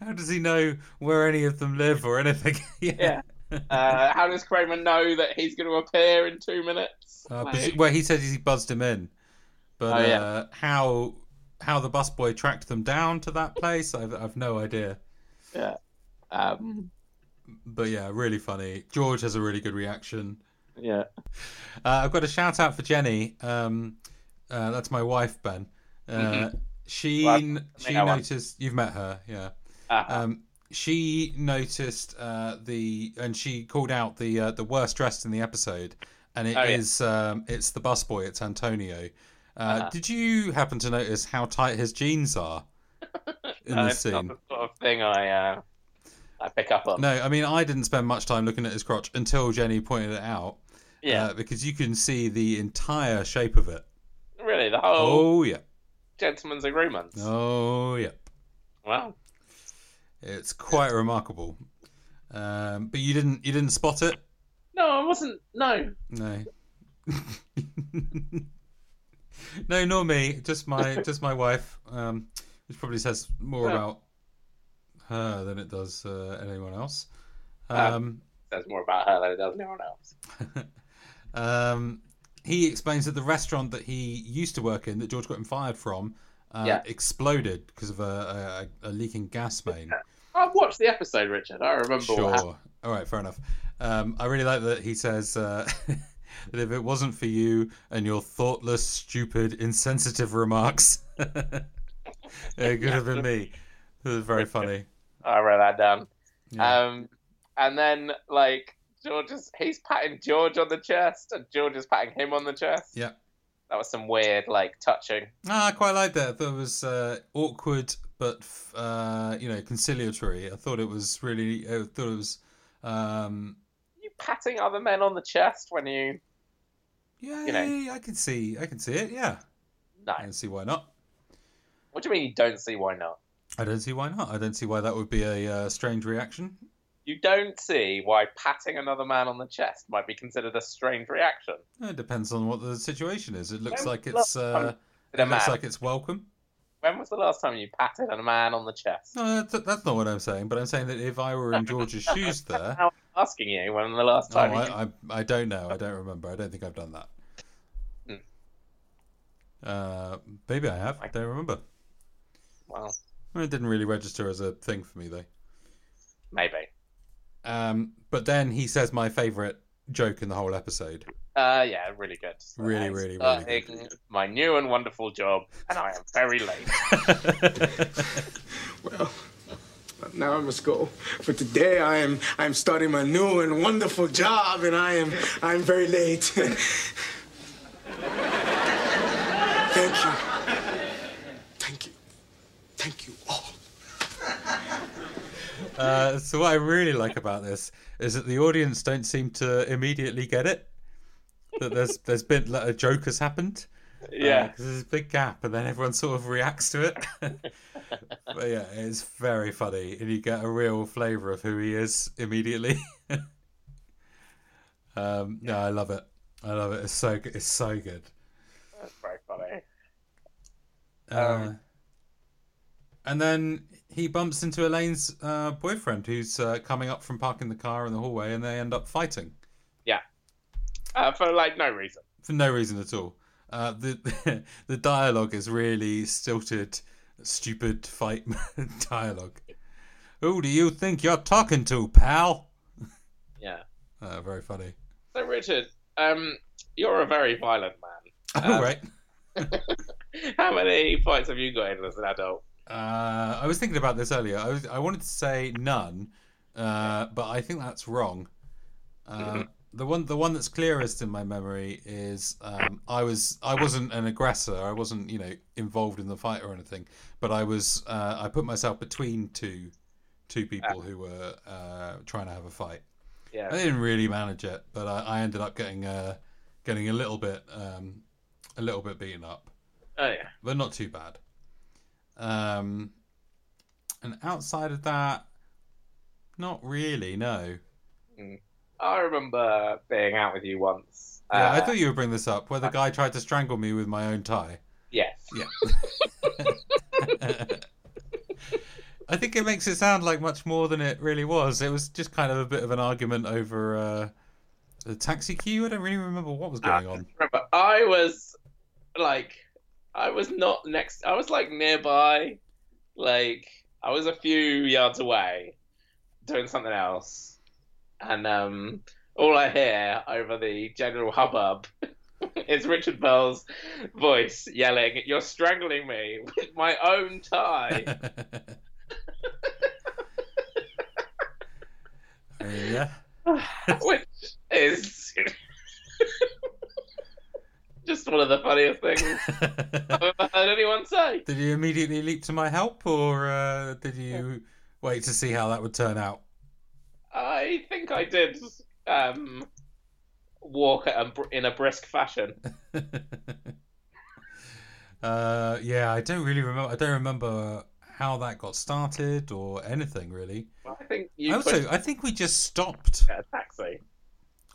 A: How does he know where any of them live or anything?
B: Yeah. uh, how does Kramer know that he's going to appear in two minutes?
A: Uh,
B: Like,
A: presu- well, he said he buzzed him in, but
B: Oh, yeah.
A: uh, how how the busboy tracked them down to that place, I've, I've no idea.
B: um,
A: But yeah, really funny. George has a really good reaction.
B: yeah.
A: Uh, I've got a shout out for Jenny. Um, uh, that's my wife, Ben. Uh, She
B: Mm-hmm. Well, I've
A: she
B: her once.
A: noticed you've met her, yeah.
B: Uh,
A: Um, she noticed uh, the and she called out the uh, the worst dressed in the episode, and it is
B: Oh, yeah.
A: um, it's the busboy. It's Antonio, Uh,
B: Uh-huh.
A: Did you happen to notice how tight his jeans are in
B: Uh,
A: this
B: it's not
A: scene?
B: the sort of thing I uh, I pick up on.
A: No, I mean I didn't spend much time looking at his crotch until Jenny pointed it out.
B: yeah,
A: uh, because you can see the entire shape of it.
B: really, the whole
A: Oh, yeah.
B: gentleman's agreement.
A: Oh yeah.
B: Wow.
A: It's quite remarkable. Um, but you didn't you didn't spot it?
B: No, I wasn't. No,
A: No. no, nor me. Just my just my wife, um, which probably says more
B: Yeah.
A: about her than it does uh, anyone else. Um,
B: says more about her than it does anyone else.
A: um, he explains that the restaurant that he used to work in, that George got him fired from, uh,
B: Yeah.
A: exploded because of a, a, a leaking gas main.
B: I've watched the episode, Richard. I remember what happened.
A: Sure. All right, fair enough. Um, I really like that he says uh, that if it wasn't for you and your thoughtless, stupid, insensitive remarks, it could have been me. It was very funny.
B: I wrote that down.
A: Yeah.
B: Um, and then like George is he's patting George on the chest, and George is patting him on the chest.
A: Yeah.
B: That was some weird like touching.
A: Ah, I quite liked that. I thought it was uh, awkward, but f- uh, you know, conciliatory. I thought it was really. I thought it was. Um,
B: You patting other men on the chest when you
A: yeah,
B: You know.
A: I can see. I can see it. Yeah,
B: no.
A: I can see why not.
B: What do you mean you don't see why not?
A: I don't see why not. I don't see why that would be a uh, strange reaction.
B: You don't see why patting another man on the chest might be considered a strange reaction.
A: It depends on what the situation is. It looks
B: When
A: like
B: was
A: it's
B: the last
A: uh,
B: time Did a
A: it looks
B: man?
A: like it's welcome.
B: When was the last time you patted a man on the chest?
A: No, that's, that's not what I'm saying. But I'm saying that if I were in George's shoes, there,
B: Now I'm asking you when the last
A: oh,
B: time you
A: I, I I don't know. I don't remember. I don't think I've done that. Uh, maybe I have. I don't remember.
B: well
A: It didn't really register as a thing for me though.
B: maybe.
A: Um, but then he says my favorite joke in the whole episode.
B: Uh, yeah, really good.
A: Really,
B: I'm
A: really, really good.
B: starting My new and wonderful job, and I am very late.
I: Well, now I must go. But today I am I'm starting my new and wonderful job, and I am I'm very late. Thank you. Thank you. Thank you all.
A: Uh, so what I really like about this is that the audience don't seem to immediately get it. That there's there's been like, a joke has happened.
B: yeah,
A: because there's a big gap, and then everyone sort of reacts to it. but yeah, it's very funny, and you get a real flavour of who he is immediately. um, No, I love it. I love it. It's so good. It's so good.
B: that's very funny.
A: Uh, and then he bumps into Elaine's uh, boyfriend, who's uh, coming up from parking the car in the hallway, and they end up fighting.
B: Uh, for like no reason.
A: for no reason at all. Uh, the the dialogue is really stilted, stupid fight dialogue. Who do you think you're talking to, pal?
B: Yeah.
A: Uh, very funny.
B: So Richard, um, you're a very violent
A: All right.
B: Um, man. How many fights have you got in as an adult?
A: Uh, I was thinking about this earlier. I was I wanted to say none, uh, but I think that's wrong. Um, the one the one that's clearest in my memory is um, I was I wasn't an aggressor. I wasn't you know involved in the fight or anything, but I was uh, I put myself between two two people who were uh, trying to have a fight.
B: Yeah.
A: I didn't really manage it, but I, I ended up getting uh, getting a little bit um, a little bit beaten up
B: Oh yeah.
A: but not too bad. Um, and outside of that, not really. No,
B: I remember being out with you once.
A: yeah, I
B: Uh,
A: thought you would bring this up where the guy tried to strangle me with my own tie.
B: Yes.
A: I think it makes it sound like much more than it really was. It was just kind of a bit of an argument over uh, the taxi queue. I don't really remember what was
B: Ah,
A: going on.
B: Remember, I was like, I was not next. I was like nearby, like I was a few yards away, doing something else, and um, all I hear over the general hubbub is Richard Bell's voice yelling, "You're strangling me with my own tie."
A: I mean, yeah.
B: which is just one of the funniest things I've ever heard anyone say.
A: Did you immediately leap to my help, or uh, did you wait to see how that would turn out?
B: I think I did um, walk at a, br- in a brisk fashion.
A: Uh, yeah, I don't really remember. I don't remember how that got started or anything really.
B: I think you
A: I
B: pushed
A: also, I think we just stopped.
B: to get a taxi.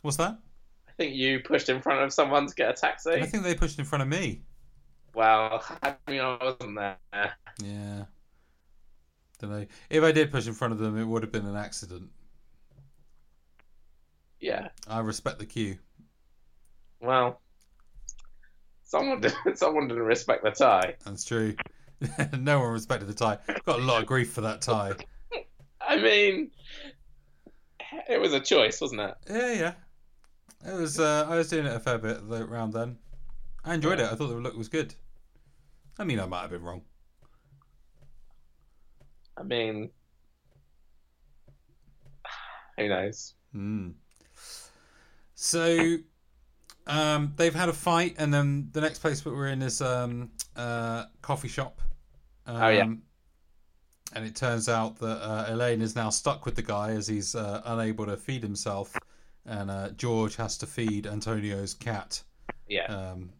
A: What's that?
B: I think you pushed in front of someone to get
A: I
B: a taxi.
A: think they pushed in front of me.
B: Well, I mean, I wasn't there.
A: Yeah. Don't know. If I did push in front of them, it would have been an accident.
B: Yeah.
A: I respect the queue.
B: Well, someone did, someone didn't respect the tie.
A: That's true. no one respected the tie. Got a lot of grief for that tie.
B: I mean, it was a choice, wasn't it?
A: Yeah, yeah. It was. Uh, I was doing it a fair bit tho- around then. I enjoyed it. I thought the look was good. I mean, I might have been wrong.
B: I mean, who knows?
A: Mm. So, um, they've had a fight, and then the next place that we're in is um, uh, coffee shop. Um,
B: yeah.
A: And it turns out that uh, Elaine is now stuck with the guy as he's uh, unable to feed himself, and uh, George has to feed Antonio's cat
B: Yeah.
A: um,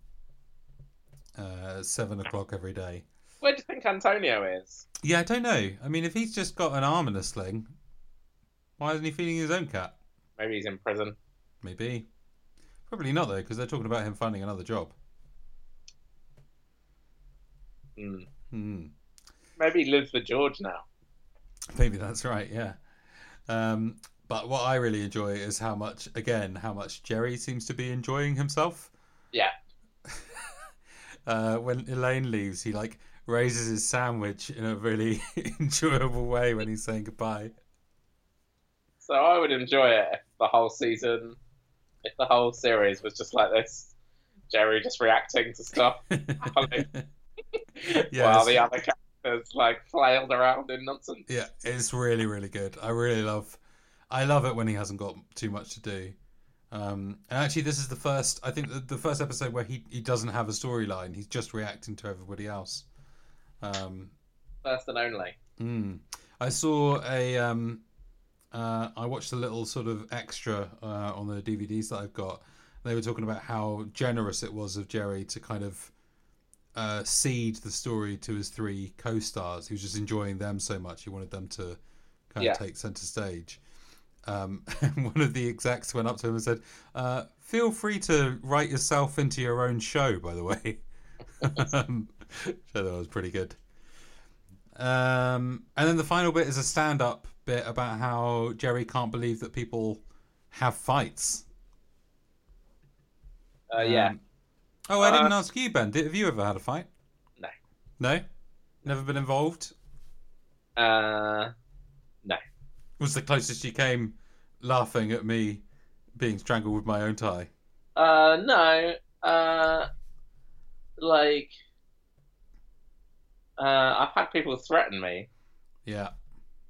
A: uh, seven o'clock every day.
B: Where do you think Antonio is?
A: Yeah, I don't know. I mean, if he's just got an arm and a sling, why isn't he feeding his own cat?
B: Maybe he's in prison.
A: Maybe. Probably not, though, because they're talking about him finding another job.
B: Mm.
A: Hmm.
B: Maybe he lives with George now.
A: Maybe that's right, yeah. Um, but what I really enjoy is how much, again, how much Jerry seems to be enjoying himself.
B: Yeah.
A: uh, when Elaine leaves, he, like, raises his sandwich in a really enjoyable way when he's saying goodbye.
B: So I would enjoy it if the whole season, if the whole series was just like this. Jerry just reacting to stuff while
A: Yes.
B: the other characters like flailed around in nonsense.
A: Yeah, it's really, really good. I really love, I love it when he hasn't got too much to do. Um, and actually, this is the first. I think the, the first episode where he he doesn't have a storyline. He's just reacting to everybody else. Um,
B: First and only.
A: hmm. I saw a. Um, uh, I watched a little sort of extra uh, on the DVDs that I've got. They were talking about how generous it was of Jerry to kind of uh, seed the story to his three co-stars. He was just enjoying them so much. He wanted them to kind
B: Yeah.
A: of take center stage. Um, and one of the execs went up to him and said, uh, "Feel free to write yourself into your own show." By the way, um, so that was pretty good. Um, and then the final bit is a stand-up bit about how Jerry can't believe that people have fights.
B: Uh, yeah.
A: Um, oh, I didn't
B: Uh,
A: ask you, Ben. Did, have you ever had a fight?
B: No.
A: No. Never been involved.
B: Uh,
A: Was the closest you came, laughing at me being strangled with my own tie.
B: uh, no. Uh, like, uh, I've had people threaten me
A: Yeah.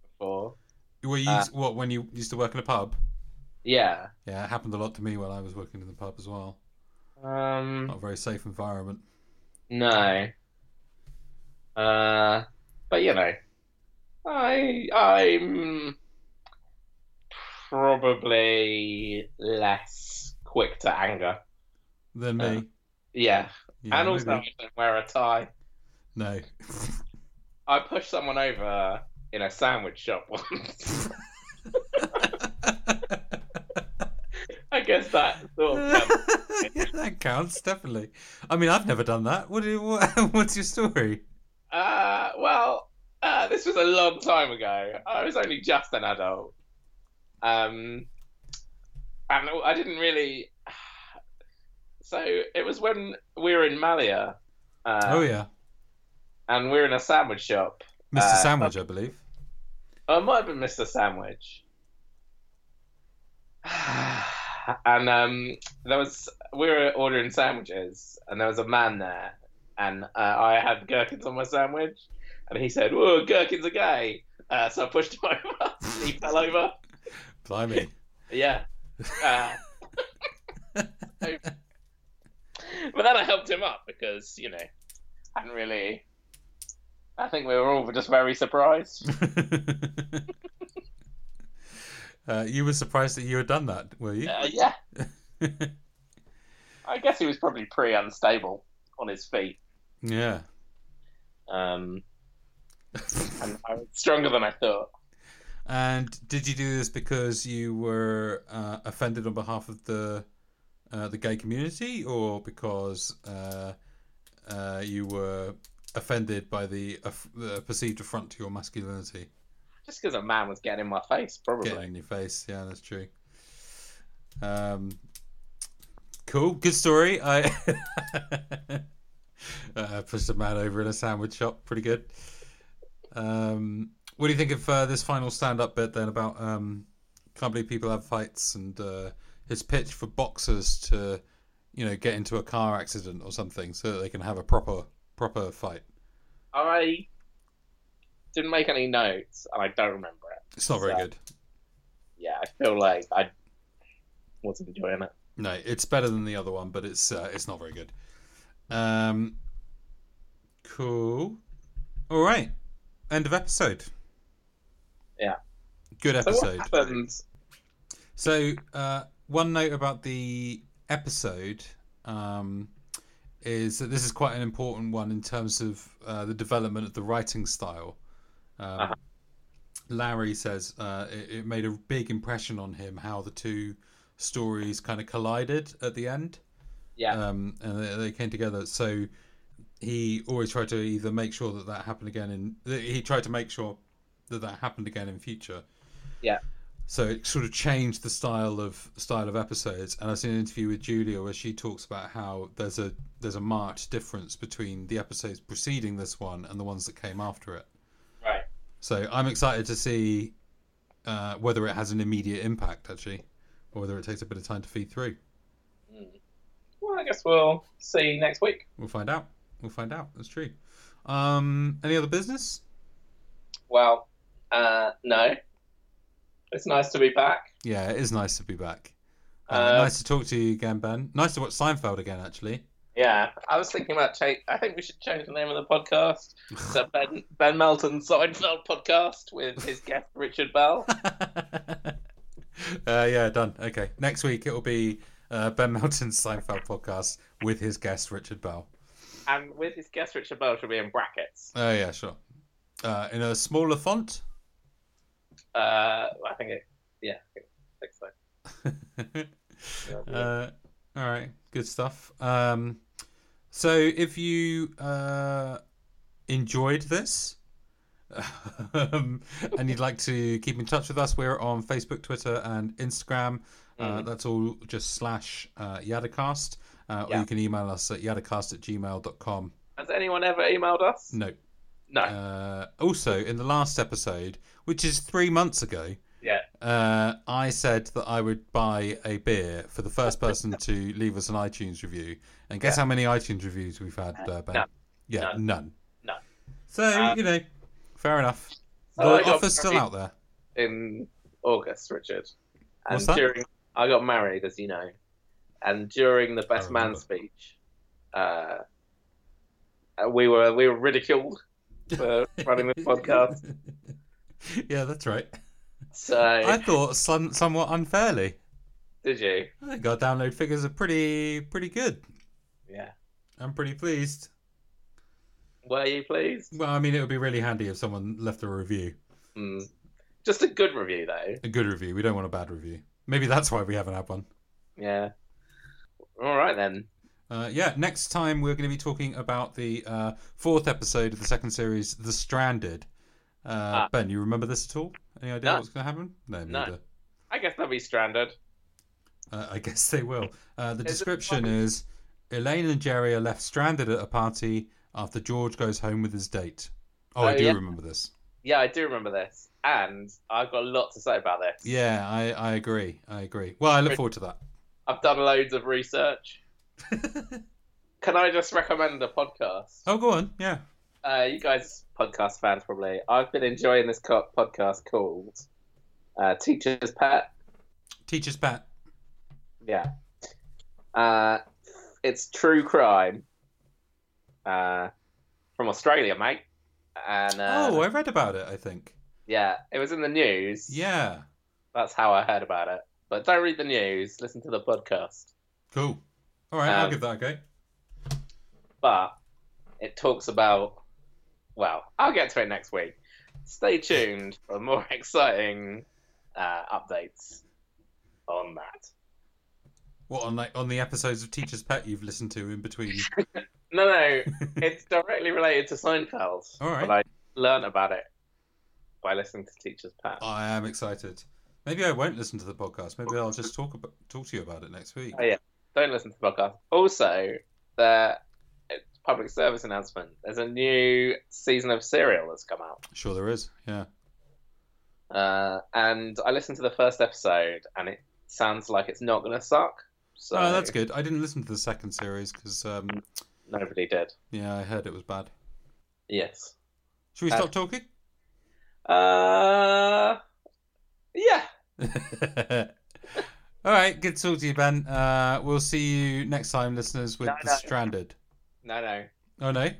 B: before.
A: Were you
B: Uh,
A: what when you used to work in a pub?
B: Yeah.
A: Yeah, it happened a lot to me when I was working in the pub as well.
B: Um,
A: Not a very safe environment.
B: no. Uh, but you know, I I'm probably less quick to anger.
A: Than me.
B: Uh, Yeah,
A: yeah,
B: and also
A: maybe.
B: I don't wear a tie.
A: no.
B: I pushed someone over in a sandwich shop once. I guess that sort of counts.
A: yeah, that counts definitely. I mean, I've never done that. What do you, what, what's your story?
B: Uh, well, uh, this was a long time ago. I was only just an adult. Um, and I didn't really. So it was when we were in Malia. Uh,
A: oh yeah,
B: And we were in a sandwich shop.
A: Mr.
B: uh,
A: Sandwich, I believe.
B: Oh, it might have been Mr. Sandwich. And um, there was we were ordering sandwiches, and there was a man there, and uh, I had gherkins on my sandwich, and he said, "Whoa, gherkins are gay," uh, so I pushed him over. and he fell over.
A: Blimey.
B: Yeah. Uh, so, but then I helped him up because you know, I hadn't really. I think we were all just very surprised.
A: Uh, you were surprised that you had done that, were you?
B: Uh, yeah, I guess he was probably pretty unstable on his feet.
A: Yeah.
B: Um, and I was stronger than I thought.
A: And did you do this because you were uh, offended on behalf of the uh, the gay community, or because uh, uh, you were offended by the aff- the perceived affront to your masculinity?
B: Just because a man was getting in my face, probably.
A: Getting in your face, yeah, that's true. Um, cool, good story. I uh, pushed a man over in a sandwich shop, pretty good. Um, what do you think of uh, this final stand-up bit then about um, can't believe people have fights and uh, his pitch for boxers to, you know, get into a car accident or something so that they can have a proper proper fight.
B: I didn't make any notes, and I don't remember it.
A: It's not very
B: So-
A: good.
B: Yeah, I feel like I wasn't enjoying it.
A: No, it's better than the other one, but it's uh, it's not very good. Um, cool. All right. End of episode.
B: Yeah.
A: Good
B: So what
A: episode.
B: happens?
A: So, uh, one note about the episode um, is that this is quite an important one in terms of uh, the development of the writing style. Um,
B: Uh-huh.
A: Larry says uh, it, it made a big impression on him how the two stories kind of collided at the end
B: Yeah.
A: um, and they, they came together. So he always tried to either make sure that that happened again, in that he tried to make sure that that happened again in future.
B: Yeah.
A: So it sort of changed the style of style of episodes. And I've seen an interview with Julia where she talks about how there's a there's a marked difference between the episodes preceding this one and the ones that came after it.
B: Right.
A: So I'm excited to see uh, whether it has an immediate impact actually, or whether it takes a bit of time to feed through.
B: Well, I guess we'll see you next week.
A: We'll find out. We'll find out. That's true. Um, any other business?
B: Well, uh, no. It's nice to be back.
A: Yeah, it is nice to be back. Uh,
B: Uh,
A: nice to talk to you again, Ben. Nice to watch Seinfeld again, actually.
B: Yeah, I was thinking about change. I think we should change the name of the podcast to Ben Ben Melton's Seinfeld podcast with his guest Richard Bell.
A: uh, yeah, done. Okay. Next week it will be uh, Ben Melton's Seinfeld podcast with his guest Richard Bell.
B: and with his guest Richard Bell should be in brackets.
A: Oh yeah, sure. Uh, in a smaller font.
B: Uh, I think it. Yeah, I think- I think so.
A: uh, all right, good stuff. Um, so if you uh, enjoyed this um, and you'd like to keep in touch with us, we're on Facebook, Twitter, and Instagram. Uh, that's all just slash uh, Yadacast. Uh, Or
B: Yeah.
A: you can email us at yadacast at gmail.com.
B: Has anyone ever emailed us?
A: No.
B: No.
A: Uh, also, in the last episode, which is three months ago,
B: Yeah.
A: uh, I said that I would buy a beer for the first person to leave us an iTunes review. And guess how many iTunes reviews we've had, uh, Ben?
B: None.
A: Yeah,
B: None.
A: none.
B: None.
A: So,
B: Um,
A: you know, fair enough.
B: so I
A: the
B: got
A: offer's still
B: married
A: out there.
B: In August, Richard. And
A: What's that?
B: during I got married, as you know, and during the best man
A: remember.
B: speech, uh, uh, we were we were ridiculed for running this podcast.
A: yeah, that's right.
B: So
A: I thought some, somewhat unfairly.
B: did you?
A: I think our download figures are pretty pretty good.
B: Yeah.
A: I'm pretty pleased.
B: Were you pleased?
A: Well, I mean, it would be really handy if someone left a review,
B: Mm. Just a good review though.
A: a good review. We don't want a bad review. Maybe that's why we haven't had one.
B: Yeah. All right then.
A: Uh, yeah, next time we're going to be talking about the uh, fourth episode of the second series, The Stranded. Uh, Ben, you remember this at all? Any idea
B: Ah. No.
A: what's going to happen? No,
B: No.
A: neither.
B: I guess they'll be stranded.
A: Uh, I guess they will. Uh, the
B: Is it
A: description
B: fun?
A: is Elaine and Jerry are left stranded at a party after George goes home with his date. Oh, I
B: Oh,
A: do
B: yeah.
A: remember this.
B: Yeah, I do remember this, and I've got a lot to say about this.
A: Yeah, I, I agree. I agree. Well, I look forward to that.
B: I've done loads of research. Can I just recommend a podcast?
A: Oh, go on. Yeah.
B: Uh, you guys, podcast fans, probably. I've been enjoying this co- podcast called uh, Teacher's Pet.
A: Teacher's Pet.
B: Yeah. Uh, it's true crime. Uh, from Australia, mate. And uh,
A: oh, I read about it. I think.
B: yeah, it was in the news.
A: Yeah.
B: That's how I heard about it. But don't read the news. Listen to the podcast.
A: Cool. All right, I'll
B: Um,
A: give that a go.
B: but it talks about well i'll get to it next week stay tuned for more exciting uh, updates on that
A: What on like on the episodes of Teacher's Pet you've listened to in between?
B: no no it's directly related to seinfeld
A: All right.
B: but i learnt about it by listening to teacher's pet oh,
A: I am excited. Maybe I won't listen to the podcast. Maybe I'll just talk about, talk to you about it next week.
B: yeah don't listen to the podcast also the it's a public service announcement there's a new season of serial that's come out
A: Sure, there is. Yeah.
B: Uh, and I listened to the first episode, and it sounds like it's not going to suck. So
A: oh, that's good. I didn't listen to the second series because um,
B: Nobody did.
A: yeah, I heard it was bad.
B: Yes.
A: Should we
B: Uh,
A: stop talking?
B: Uh, yeah.
A: All right, good to talk to you, Ben. Uh, we'll see you next time, listeners, with
B: No,
A: The
B: no.
A: Stranded.
B: No, no,
A: Oh, no?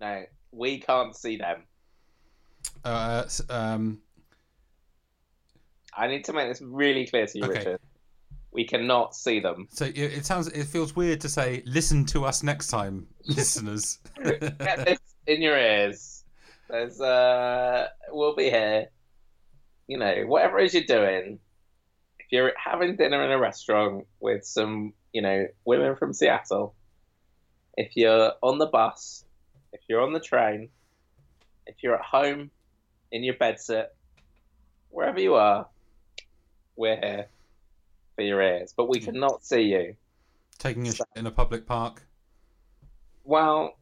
B: no. We can't see them.
A: Uh, s- um,
B: I need to make this really clear to you,
A: Okay.
B: Richard. We cannot see them.
A: so it, it sounds, it feels weird to say, listen to us next time, listeners.
B: Get this in your ears. There's uh, we'll be here. You know, whatever it is you're doing, if you're having dinner in a restaurant with some, you know, women from Seattle, if you're on the bus, if you're on the train, if you're at home in your bedsit, wherever you are, we're here for your ears. But we cannot see you.
A: Taking a sh- in a public park.
B: Well,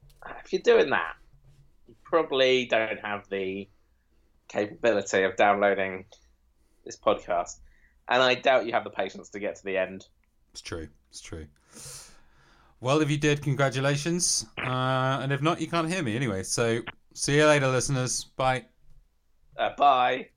B: if you're doing that, you probably don't have the capability of downloading this podcast. And I doubt you have the patience to get to the end.
A: It's true. It's true. Well, if you did, congratulations. Uh, and if not, you can't hear me anyway. So see you later, listeners. Bye.
B: Uh, bye.